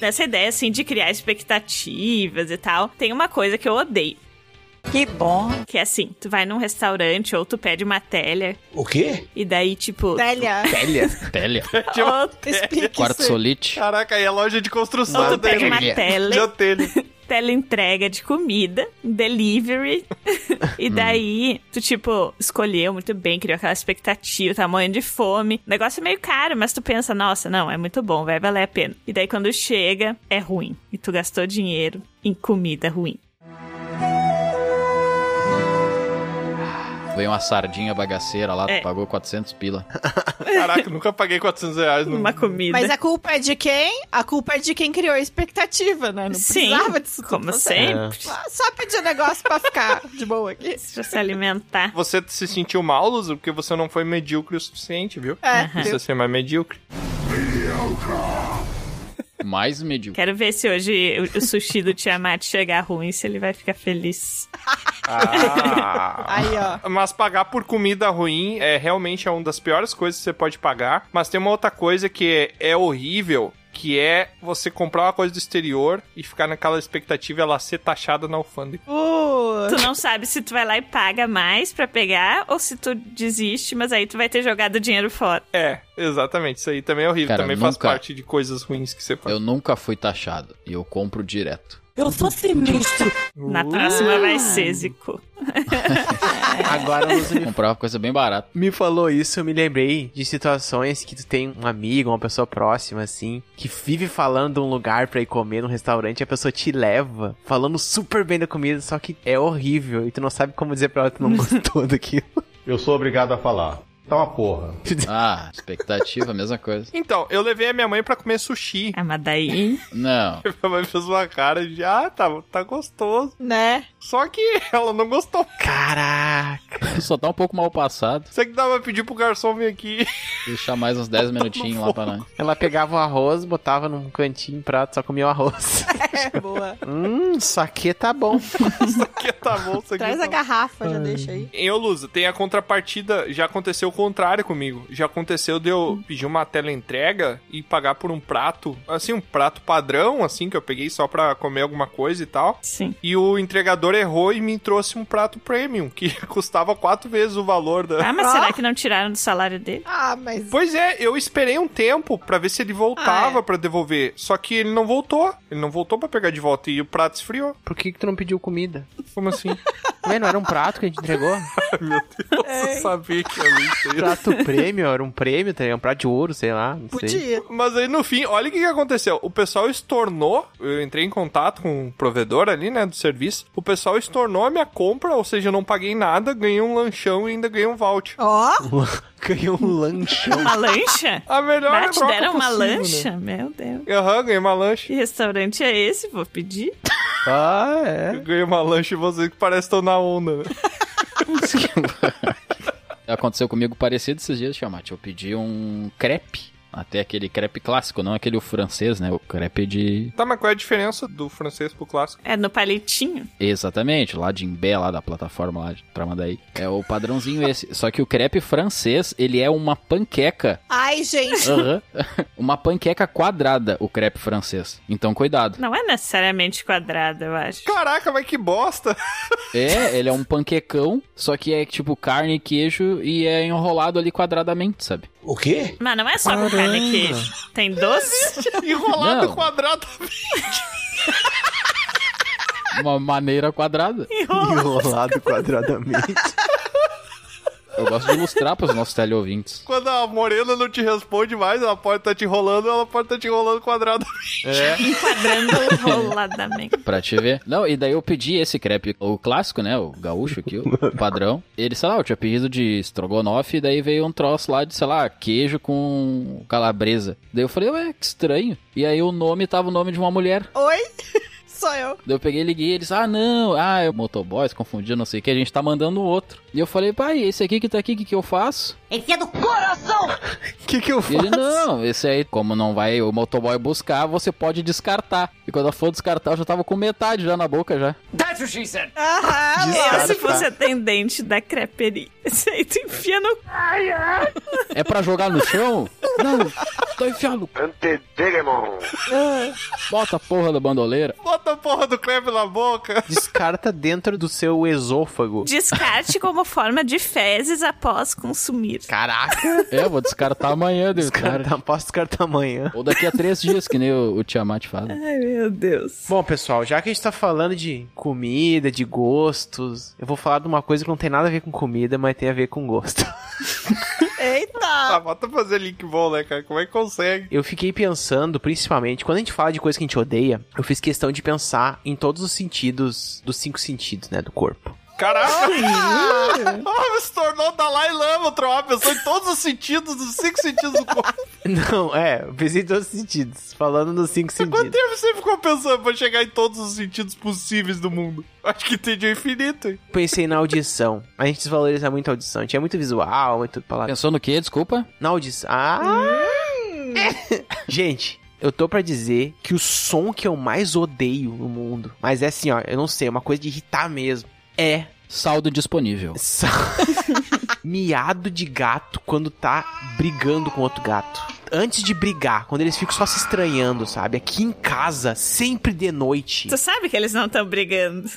S3: Nessa ideia, assim, de criar expectativas e tal, tem uma coisa que eu odeio.
S15: Que bom.
S3: Que é assim, tu vai num restaurante ou tu pede uma telha.
S8: O quê?
S3: E daí, tipo...
S1: Telha.
S8: Télia. Télia.
S3: Ou
S8: Quartzolite.
S6: Caraca, aí é loja de construção.
S3: Ou tu pega
S6: daí,
S3: uma
S6: né?
S3: tele.
S6: Já tele.
S3: teleentrega de comida, delivery. e daí, tu, tipo, escolheu muito bem, criou aquela expectativa, tá morrendo de fome. O negócio é meio caro, mas tu pensa, nossa, não, é muito bom, vai valer a pena. E daí, quando chega, é ruim. E tu gastou dinheiro em comida ruim.
S8: Veio uma sardinha bagaceira lá,
S3: É.
S8: tu pagou 400 pila.
S6: Caraca, nunca paguei 400 reais numa
S3: comida.
S1: Mas
S3: [LAUGHS]
S1: a culpa é de quem? A culpa é de quem criou a expectativa, né? Não
S3: Sim,
S1: precisava disso tudo. tá
S3: como
S1: Você-
S3: sempre.
S1: Ah, Só pedir um negócio pra ficar de boa aqui.
S3: Pra se alimentar.
S6: Você se sentiu mal, Luzo, porque você não foi medíocre o suficiente, viu?
S1: É.
S6: Precisa ser mais medíocre.
S8: Mais medíocre.
S3: Quero ver se hoje o- o sushi do Tiamat chegar ruim, se ele vai ficar feliz.
S1: Aí, ó.
S6: [LAUGHS] Mas pagar por comida ruim é realmente é uma das piores coisas que você pode pagar. Mas tem uma outra coisa que é, é horrível, que é você comprar uma coisa do exterior e ficar naquela expectativa ela ser taxada na alfândega.
S3: Tu não sabe se tu vai lá e paga mais pra pegar ou se tu desiste, mas aí tu vai ter jogado o dinheiro fora.
S6: É. Exatamente, isso aí também é horrível.
S8: Cara,
S6: também faz
S8: nunca-
S6: parte de coisas ruins que você faz.
S8: Eu nunca fui taxado e eu compro direto.
S3: Eu sou sinistro. Na próxima vai ser, Zico.
S2: Agora nos uni-
S8: Comprava coisa bem barata.
S2: Me falou isso, eu me lembrei de situações que tu tem um amigo, uma pessoa próxima, assim, que vive falando de um lugar pra ir comer num restaurante e a pessoa te leva, falando super bem da comida, só que é horrível e tu não sabe como dizer pra ela que tu [LAUGHS] não gostou daquilo.
S11: Eu sou obrigado a falar. Tá uma porra.
S8: Ah, expectativa, mesma coisa.
S6: Então, eu levei a minha mãe pra comer
S8: [LAUGHS]
S6: sushi.
S3: Ah, mas daí.
S8: Não.
S6: Minha mãe fez uma cara de, ah, tá, tá gostoso.
S1: Né?
S6: Só que [LAUGHS] ela não gostou.
S2: Caraca.
S8: Só tá um pouco mal passado.
S6: Você que dava pra pedir pro garçom vir aqui. [LAUGHS]
S8: Deixar mais uns 10 minutinhos lá pra nós.
S2: Ela pegava o arroz, botava num cantinho, um prato, só comia o [LAUGHS] arroz.
S1: É, boa.
S2: hum, isso aqui tá bom.
S6: Que tá bom, isso aqui
S1: Traz
S6: tá
S1: a garrafa, já deixa aí.
S6: Em Lusa, tem a contrapartida. Já aconteceu o contrário comigo. Já aconteceu de eu pedir uma tela entrega e pagar por um prato, assim, um prato padrão, assim, que eu peguei só pra comer alguma coisa e tal.
S3: Sim.
S6: E o entregador errou e me trouxe um prato premium, que [LAUGHS] custava quatro vezes o valor da.
S3: Ah, mas será que não tiraram do salário dele?
S1: Ah, mas.
S6: Pois é, eu esperei um tempo pra ver se ele
S1: Ah, é.
S6: voltava pra devolver. Só que ele não voltou. Ele não voltou pra pegar de volta e o prato esfriou.
S2: Por que, que tu não pediu comida?
S6: Como
S1: [LAUGHS]
S6: assim?
S2: Ué, não era um prato que a gente [LAUGHS] entregou?
S6: Meu Deus, eu sabia que eu ia
S2: prato prêmio, era um prêmio, tá ligado? um prato de ouro, sei lá, não sei.
S6: Mas aí no fim, olha o que, que aconteceu. O pessoal estornou. Eu entrei em contato com o provedor ali, né, do serviço. O pessoal estornou a minha compra, ou seja, eu não paguei nada, ganhei um lanchão e ainda ganhei um voucher.
S1: Ó!
S2: Ganhei um lanchão.
S3: Uma lancha?
S6: A melhor
S3: Bah, te
S6: troca
S3: deram uma
S6: possível,
S3: lancha?
S6: né?
S3: Meu Deus.
S6: Aham, ganhei uma lancha.
S3: Que restaurante é esse? Vou pedir.
S2: [LAUGHS] Ah, é.
S6: Eu ganhei uma lancha e vocês que parecem estão na onda, né?
S8: Aconteceu comigo parecido esses dias, Chamate. Eu pedi um crepe. Até aquele crepe clássico, não aquele francês, né? O crepe de.
S6: [LAUGHS] Tá, mas qual é a diferença do francês pro clássico?
S3: É no palitinho.
S8: Exatamente, lá de Imbé, lá da plataforma lá de Tramandaí. É o padrãozinho esse. Só que o crepe francês, ele é uma panqueca.
S1: Ai, gente.
S8: Aham. [LAUGHS] uma panqueca quadrada, o crepe francês. Então, cuidado.
S3: Não é necessariamente quadrado, eu acho.
S6: Caraca, mas
S3: [LAUGHS]
S6: que bosta!
S8: É, ele é um panquecão, só que é tipo carne, queijo e é enrolado ali quadradamente, sabe?
S4: O quê?
S3: Mas não é só com carne e queijo. Tem doce.
S6: Enrolado
S8: Não.
S6: quadrado.
S8: Uma maneira quadrada.
S2: Enrolado quadradamente.
S8: Eu gosto de ilustrar pros nossos teleouvintes.
S6: [LAUGHS] Quando a morena não te responde mais, ela pode estar te enrolando, ela pode estar te enrolando quadrado. [LAUGHS]
S8: É.
S3: Enquadrando roladamente.
S8: Pra te ver. Não, e daí eu pedi esse crepe, o clássico, né? O gaúcho aqui, o padrão. Ele, sei lá, eu tinha pedido de estrogonofe, e daí veio um troço lá de, sei lá, queijo com calabresa. Daí eu falei, ué, que estranho. E aí o nome tava o nome de uma mulher.
S1: Oi? [LAUGHS] Sou eu.
S8: Daí eu peguei e liguei, eles, ah, não, ah, é o motoboy, se confundiu, não sei o que, a gente tá mandando outro. E eu falei, pai, esse aqui que tá aqui, o que, que eu faço?
S17: Enfia do coração!
S2: O que, que eu
S8: E ele, não, esse aí, como não vai o motoboy buscar, você pode descartar. E quando eu for descartar, eu já tava com metade já na boca já.
S17: That's what she said!
S1: Aham,
S3: Eu,
S8: Descarta.
S3: se fosse atendente da creperia, isso aí tu enfia no...
S8: É pra jogar no chão? Não, tô enfiando. Bota a porra da bandoleira.
S6: Bota a porra do crepe na boca.
S2: Descarta dentro do seu esôfago.
S3: Descarte como forma de fezes após consumir.
S2: Caraca!
S8: É, vou descartar amanhã, Deus.
S2: Descartar, posso descartar amanhã.
S8: Ou daqui a três dias, que nem o, o Tiamat fala.
S3: Ai, meu Deus.
S2: Bom, pessoal, já que a gente tá falando de comida, de gostos, eu vou falar de uma coisa que não tem nada a ver com comida, mas tem a ver com gosto.
S6: Ah, bota fazer link bom, né, cara? Como é que consegue?
S2: Eu fiquei pensando, principalmente, quando a gente fala de coisa que a gente odeia, eu fiz questão de pensar em todos os sentidos, dos cinco sentidos, né, do corpo. [LAUGHS]
S6: Caraca! [LAUGHS] Ah, se tornou Dalai Lama, troll. Pensou em todos os sentidos, dos cinco sentidos do corpo.
S2: Não, é, eu pensei em todos os sentidos, falando dos cinco
S6: Quanto
S2: sentidos.
S6: tempo você ficou pensando pra chegar em todos os sentidos possíveis do mundo? Acho que entendi o infinito, hein?
S2: Pensei na audição. A gente desvaloriza muito a audição. A gente é muito visual, muito palavra.
S8: Pensou no quê? Desculpa?
S2: Na audição. Ah! [LAUGHS] Gente, eu tô pra dizer que o som que eu mais odeio no mundo, mas é assim, ó, eu não sei, é uma coisa de irritar mesmo, é
S8: Saldo disponível.
S2: sa- miado de gato quando tá brigando com outro gato. Antes de brigar, quando eles ficam só se estranhando, sabe? Aqui em casa, sempre de noite.
S3: Tu sabe que eles não estão brigando.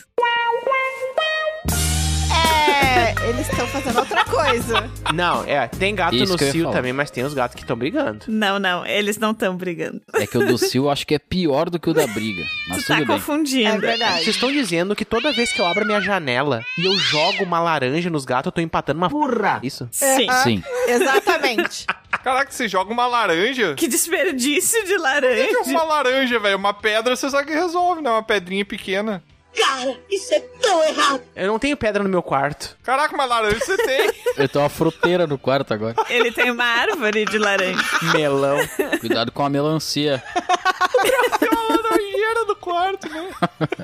S1: É, eles estão fazendo outra coisa.
S13: Não, é, tem gato
S8: Isso
S13: no
S8: que eu ia
S13: cio
S8: falar.
S13: também, mas tem os gatos que estão brigando.
S3: Não, não, eles não estão brigando.
S8: É que o do Sil eu acho que é pior do que o da briga. Mas
S3: tá
S8: tudo bem.
S3: confundindo.
S13: Vocês estão dizendo que toda vez que eu abro a minha janela e eu jogo uma laranja nos gatos, eu tô empatando uma burra. Isso?
S3: Sim.
S8: Sim.
S1: [LAUGHS] Exatamente.
S6: Caraca, você joga uma laranja?
S3: Que desperdício de laranja.
S6: Você
S3: [LAUGHS]
S6: joga uma laranja, velho. Uma pedra você sabe que resolve, né? Uma pedrinha pequena.
S7: Cara, isso é tão errado.
S13: Eu não tenho pedra no meu
S3: [LAUGHS]
S13: quarto.
S6: Caraca, uma laranja você [LAUGHS] tem.
S8: Eu tô uma fruteira no quarto agora.
S3: Ele tem uma árvore de laranja.
S13: Melão.
S8: Cuidado com a melancia.
S6: É Laranjeira do quarto, né?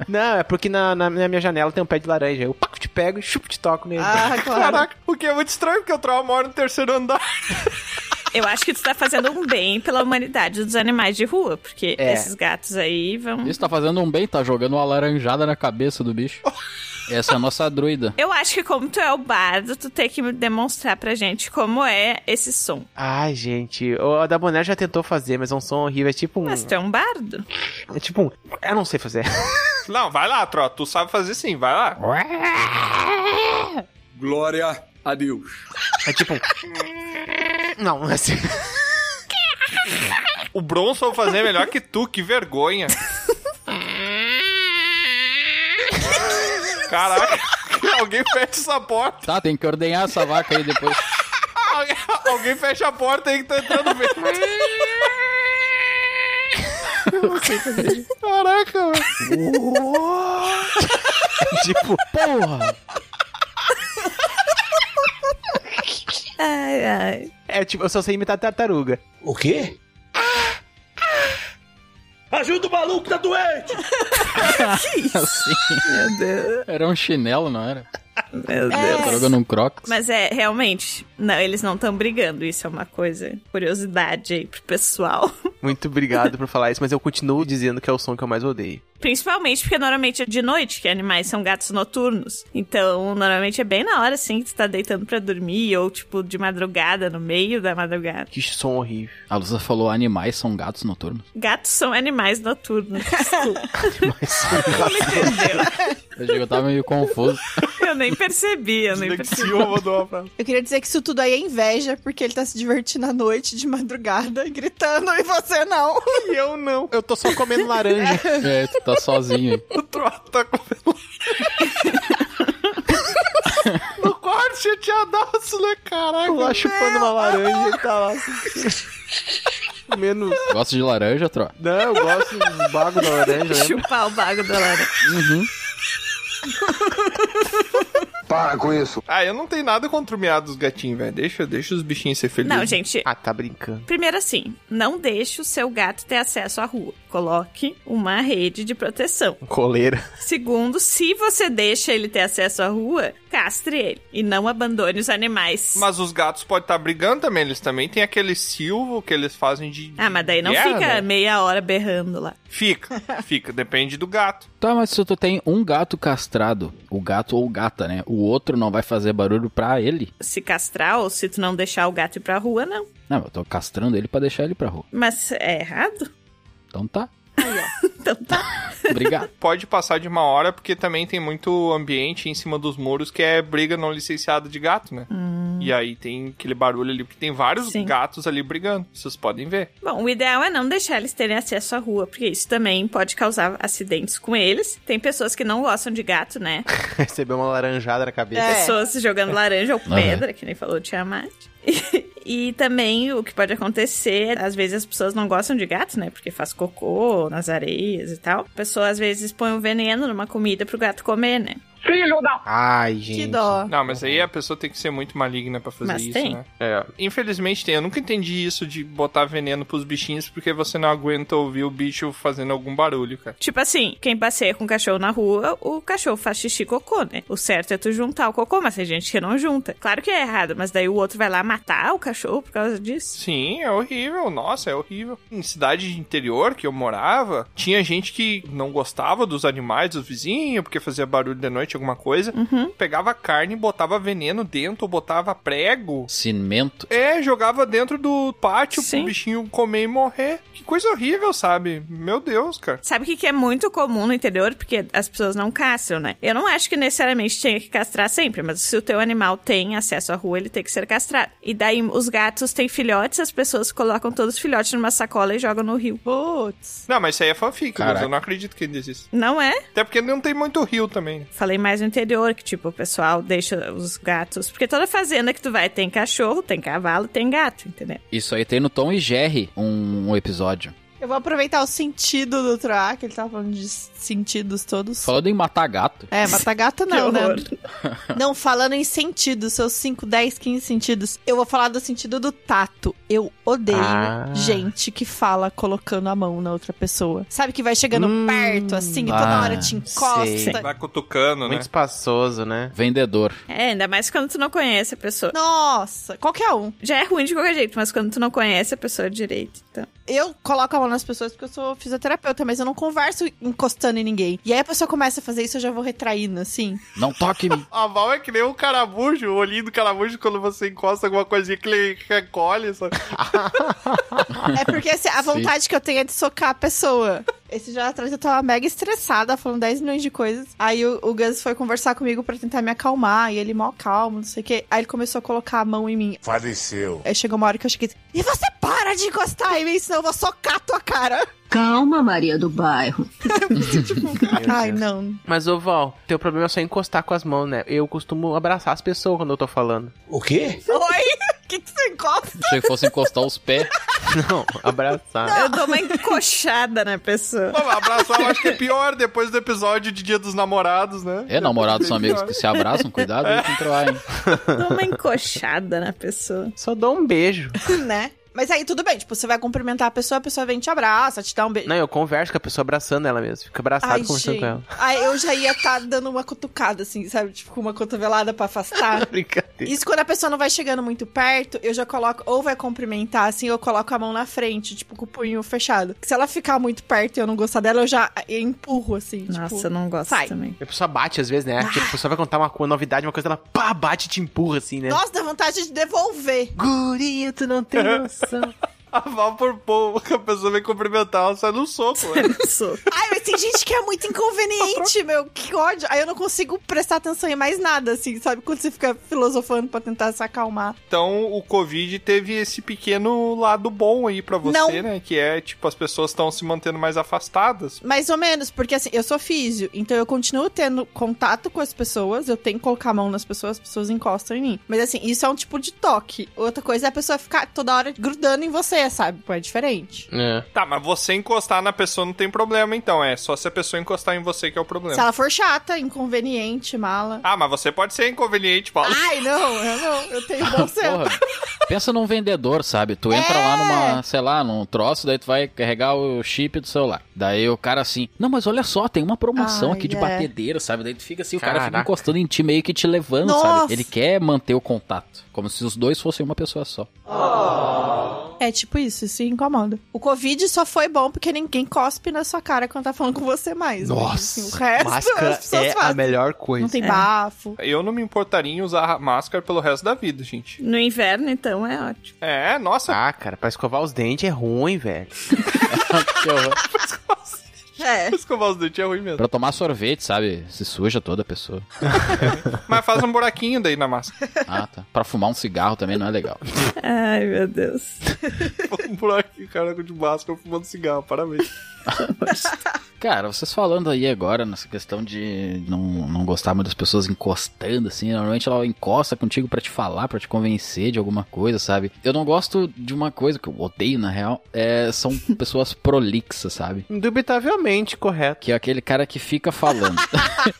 S13: Não, é porque na, na- na minha janela tem um pé de laranja. Eu paco, te pego e chupo, te toco mesmo.
S3: Ah.
S1: Ah,
S6: Caraca, o que é muito estranho, porque o Troll mora no terceiro andar.
S3: Eu acho que tu tá fazendo um bem pela humanidade dos animais de rua, porque
S8: É.
S3: esses gatos aí vão.
S8: Isso tá fazendo um bem, tá jogando uma laranjada na cabeça do bicho. Essa é a nossa druida.
S3: Eu acho que como tu é o bardo, tu tem que demonstrar pra gente como é esse som.
S13: Ai, gente, o da Boné já tentou fazer, mas é um som horrível. É tipo um.
S8: Hum.
S3: Mas tu é um bardo?
S13: É tipo um. Eu não sei fazer.
S6: Não, vai lá, Troll. Tu sabe fazer sim, vai lá.
S18: Glória a Deus.
S13: É tipo um. Não, assim.
S6: O Bronson vai fazer melhor que tu, que vergonha. Caraca, alguém fecha essa porta.
S8: Tá, tem que ordenhar essa vaca aí depois.
S6: Algu- Alguém fecha a porta aí que tá entrando vento. Eu não sei fazer. Caraca, velho.
S13: tipo, porra!
S3: Ai, ai.
S13: É tipo, eu só sei imitar tartaruga. O quê?
S7: Ajuda o maluco, tá doente!
S8: Meu Deus. Era um chinelo, não era?
S3: Meu
S8: Deus. Tá jogando um croc.
S3: Mas é, realmente, não, eles não estão brigando. Isso é uma coisa, curiosidade aí pro pessoal. [LAUGHS]
S13: Muito obrigado por falar isso, mas eu continuo dizendo que é o som que eu mais odeio.
S3: Principalmente porque normalmente é de noite que animais são gatos noturnos. Então, normalmente é bem na hora, assim, que tu tá deitando pra dormir, ou tipo, de madrugada, no meio da madrugada.
S13: Que som
S3: [LAUGHS]
S13: horrível.
S8: A Lusa falou: animais são gatos noturnos.
S3: Gatos são animais noturnos. Desculpa.
S8: Eu digo, eu tava meio confuso. [LAUGHS]
S3: eu nem percebi, eu nem percebi.
S1: Eu queria dizer que isso tudo aí é inveja, porque ele tá se divertindo à noite, de madrugada, [LAUGHS] gritando, e você não.
S13: E eu não. Eu tô só comendo laranja.
S8: É, tu tá sozinho aí.
S6: tá No quarto chateadaço, né, caraca?
S13: Lá chupando uma laranja e tá lá. Comendo.
S8: Gosta de laranja, Tro?
S13: Não, né, eu gosto do bago da laranja, lembra?
S3: Chupar o bago da laranja.
S8: Uhum.
S6: Para com isso. Ah, eu não tenho nada contra o miado dos gatinhos, velho. Deixa, deixa os bichinhos ser felizes.
S3: Não, gente.
S13: [LAUGHS] Ah, tá brincando.
S3: Primeiro assim, não deixe o seu gato ter acesso à rua. Coloque uma rede de proteção.
S13: Coleira. [LAUGHS]
S3: Segundo, se você deixa ele ter acesso à rua, castre ele e não abandone os animais.
S6: Mas os gatos podem estar brigando também. Eles também têm aquele silvo que eles fazem de.
S3: Ah, mas daí não
S6: guerra,
S3: fica
S6: né?
S3: meia hora berrando lá. [LAUGHS]
S6: Fica, fica. Depende do gato.
S8: Tá, mas se tu tem um gato castrado, o gato ou gata, né? O outro não vai fazer barulho pra ele.
S3: Se castrar ou se tu não deixar o gato ir pra rua, não.
S8: Não, eu tô castrando ele pra deixar ele pra rua.
S3: Mas é errado? [LAUGHS] Então tá
S8: Então tá.
S6: Obrigado. [LAUGHS] Pode passar de uma hora, porque também tem muito ambiente em cima dos muros que é briga não licenciada de gato, né?
S3: Hum.
S6: E aí tem aquele barulho ali, porque tem vários gatos ali brigando. Vocês podem ver.
S3: Bom, o ideal é não deixar eles terem acesso à rua, porque isso também pode causar acidentes com eles. Tem pessoas que não gostam de gato, né?
S13: Recebeu uma laranjada na cabeça.
S3: Pessoas jogando laranja ou
S13: Aham.
S3: pedra, que nem falou o Tiamat. [LAUGHS] E, e também o que pode acontecer, às vezes as pessoas não gostam de gato, né? Porque faz cocô nas areias e tal. A pessoa às vezes põe um veneno numa comida pro gato comer, né?
S6: Filho da.
S13: Ai,
S6: gente.
S3: Que dó.
S6: Não, mas aí a pessoa tem que ser muito maligna pra fazer
S3: Mas
S6: isso,
S3: tem.
S6: né? É. Infelizmente tem. Eu nunca entendi isso de botar veneno pros bichinhos porque você não aguenta ouvir o bicho fazendo algum barulho, cara.
S3: Tipo assim, quem passeia com o cachorro na rua, o cachorro faz xixi e cocô, né? O certo é tu juntar o cocô, mas tem gente que não junta. Claro que é errado, mas daí o outro vai lá matar o cachorro por causa disso.
S6: Sim, é horrível. Nossa, é horrível. Em cidade de interior que eu morava, tinha gente que não gostava dos animais, dos vizinhos, porque fazia barulho de noite. sete, alguma coisa,
S3: Uhum.
S6: pegava carne, botava veneno dentro, botava prego.
S8: Cimento.
S6: É, jogava dentro do pátio
S3: Sim.
S6: pro bichinho comer e morrer. Que coisa horrível, sabe? Meu Deus, cara.
S3: Sabe o que, que é muito comum no interior? Porque as pessoas não castram, né? Eu não acho que necessariamente tenha que castrar sempre, mas se o teu animal tem acesso à rua, ele tem que ser castrado. E daí os gatos têm filhotes, as pessoas colocam todos os filhotes numa sacola e jogam no rio.
S1: Putz.
S6: Não, mas isso aí é fanfic, mas
S8: Caraca.
S6: eu não acredito que ainda exista.
S3: Não é?
S6: Até porque não tem muito rio também. né?
S3: Falei mais no interior, que tipo, o pessoal deixa os gatos. Porque toda fazenda que tu vai tem cachorro, tem cavalo, tem gato, entendeu?
S8: Isso aí tem no Tom e Jerry um, um episódio.
S1: Eu vou aproveitar o sentido do Troá, que ele tava falando de sentidos todos.
S8: Falando em matar gato.
S1: É, matar gato não,
S8: Que
S1: né?
S8: horror.
S1: Não, falando em sentidos, seus 5, 10, 15 sentidos, eu vou falar do sentido do tato. Eu odeio
S13: Ah.
S1: gente que fala colocando a mão na outra pessoa. Sabe que vai chegando perto, assim, e toda
S8: ah,
S1: hora te
S13: Hum. sei.
S1: encosta.
S6: Vai Tá cutucando,
S13: Muito espaçoso, né?
S8: Vendedor.
S3: É, ainda mais quando tu não conhece a pessoa.
S1: Nossa, qualquer um.
S3: Já é ruim de qualquer jeito, mas quando tu não conhece a pessoa direito, então.
S1: Eu coloco a mão nas pessoas porque eu sou fisioterapeuta, mas eu não converso encostando em ninguém. E aí a pessoa começa a fazer isso, eu já vou retraindo, assim.
S8: Não toque em mim.
S6: A Val é que nem o caramujo, o olhinho do caramujo quando você encosta alguma coisinha que ele recolhe, sabe?
S1: É porque assim, a vontade que eu tenho é de socar a pessoa. Esse dia atrás eu tava mega estressada, falando 10 milhões de coisas. Aí o, o Gus foi conversar comigo pra tentar me acalmar, e ele mó calmo, não sei o quê. Aí ele começou a colocar a mão em mim.
S11: Faleceu.
S1: Aí chegou uma hora que eu cheguei e disse, "E você para de encostar em mim, senão eu vou socar a tua cara.
S19: Calma, Maria do Bairro.
S1: Ai, né? não.
S13: Mas, ô Val, teu problema é só encostar com as mãos, né? Eu costumo abraçar as pessoas quando eu tô falando.
S11: O quê?
S1: Oi? [LAUGHS] que, que você encosta?
S8: Achei que fosse encostar os pés.
S13: [LAUGHS] Não, abraçar.
S3: Eu dou uma encoxada na pessoa.
S6: Não, mas abraçar eu acho que é pior depois do episódio de Dia dos Namorados, né?
S8: É, namorados são amigos que se abraçam, cuidado aí com o Troá, hein?
S3: Dou uma encoxada na pessoa.
S13: Só dou um beijo.
S1: né? Mas aí tudo bem, tipo, você vai cumprimentar a pessoa, a pessoa vem e te abraça, te dá um beijo.
S13: Não, eu converso com a pessoa abraçando ela mesmo. Fico abraçado
S1: Ai,
S13: conversando
S1: gente.
S13: com ela.
S1: Aí eu já ia estar dando uma cutucada, assim, sabe? Tipo, com uma cotovelada pra afastar.
S13: Brincadeira.
S1: Isso quando a pessoa não vai chegando muito perto, eu já coloco, ou vai cumprimentar, assim, ou eu coloco a mão na frente, tipo, com o punho fechado. Se ela ficar muito perto e eu não gostar dela, eu já empurro, assim.
S3: Nossa,
S1: tipo,
S3: eu não gosto
S1: sai.
S3: também.
S13: A pessoa bate às vezes, né? Tipo, a pessoa vai contar uma co- novidade, uma coisa, ela pá, bate e te empurra assim,
S3: é.
S13: né?
S1: Nossa, dá vontade de devolver.
S13: Guria, tu não [LAUGHS] tem noção.
S6: [LAUGHS] A Val por pouco, que a pessoa vem cumprimentar, ela sai no soco, né?
S1: Ai, mas tem gente que é muito inconveniente, meu. Que ódio. Aí eu não consigo prestar atenção em mais nada, assim, sabe? Quando você fica filosofando pra tentar se acalmar.
S6: [LAUGHS] Então, o Covid teve esse pequeno lado bom aí pra você,
S1: Não.
S6: né? Que é, tipo, as pessoas estão se mantendo mais afastadas.
S1: Mais ou menos, porque assim, eu sou físio, então eu continuo tendo contato com as pessoas, eu tenho que colocar a mão nas pessoas, as pessoas encostam em mim. Mas assim, isso é um tipo de toque. Outra coisa é a pessoa ficar toda hora grudando em você, sabe? Pô, é diferente.
S6: Tá, mas você encostar na pessoa não tem problema, então. É só se a pessoa encostar em você que é o
S1: Se
S6: problema.
S1: ela for chata, inconveniente, mala.
S6: Ah, mas você pode ser inconveniente, Paulo.
S1: Ai, não, eu não, eu tenho
S13: [LAUGHS]
S1: bom senso.
S8: Porra, pensa num vendedor, sabe? Tu entra lá
S1: É.
S8: numa, sei lá, num troço, daí tu vai carregar o chip do celular. Daí o cara assim, não, mas olha só, tem uma promoção
S1: Ai,
S8: aqui de
S1: é.
S8: batedeira, sabe? Daí tu fica assim, o cara fica
S13: Caraca.
S8: encostando em ti, meio que te levando, sabe?
S1: Nossa.
S8: Ele quer manter o contato, como se os dois fossem uma pessoa só.
S1: É tipo isso, isso incomoda. O Covid só foi bom porque ninguém cospe na sua cara quando tá falando com você mais. Mas, assim, o resto as
S13: máscara
S1: pessoas
S13: é a
S1: fazem.
S13: melhor coisa.
S1: Não tem bafo.
S6: Eu não me importaria em usar máscara pelo resto da vida, gente.
S3: No inverno, então, é ótimo.
S6: É, nossa.
S13: Ah, cara, pra escovar os dentes é ruim, velho.
S1: [LAUGHS] É.
S6: Escovar os dentes é ruim mesmo.
S8: Pra tomar sorvete, sabe? Se suja toda a pessoa.
S6: Mas faz um buraquinho daí na máscara. [LAUGHS]
S8: Ah, tá. Pra fumar um cigarro também não é legal.
S3: Ai, meu Deus.
S6: um buraquinho, cara, de máscara fumando cigarro. Parabéns.
S8: Cara, vocês falando aí agora nessa questão de não, não gostar muito das pessoas encostando, assim, normalmente ela encosta contigo pra te falar, pra te convencer de alguma coisa, sabe? Eu não gosto de uma coisa que eu odeio, na real, é, são [LAUGHS] pessoas prolixas, sabe?
S13: Indubitavelmente correto.
S8: Que é aquele cara que fica falando.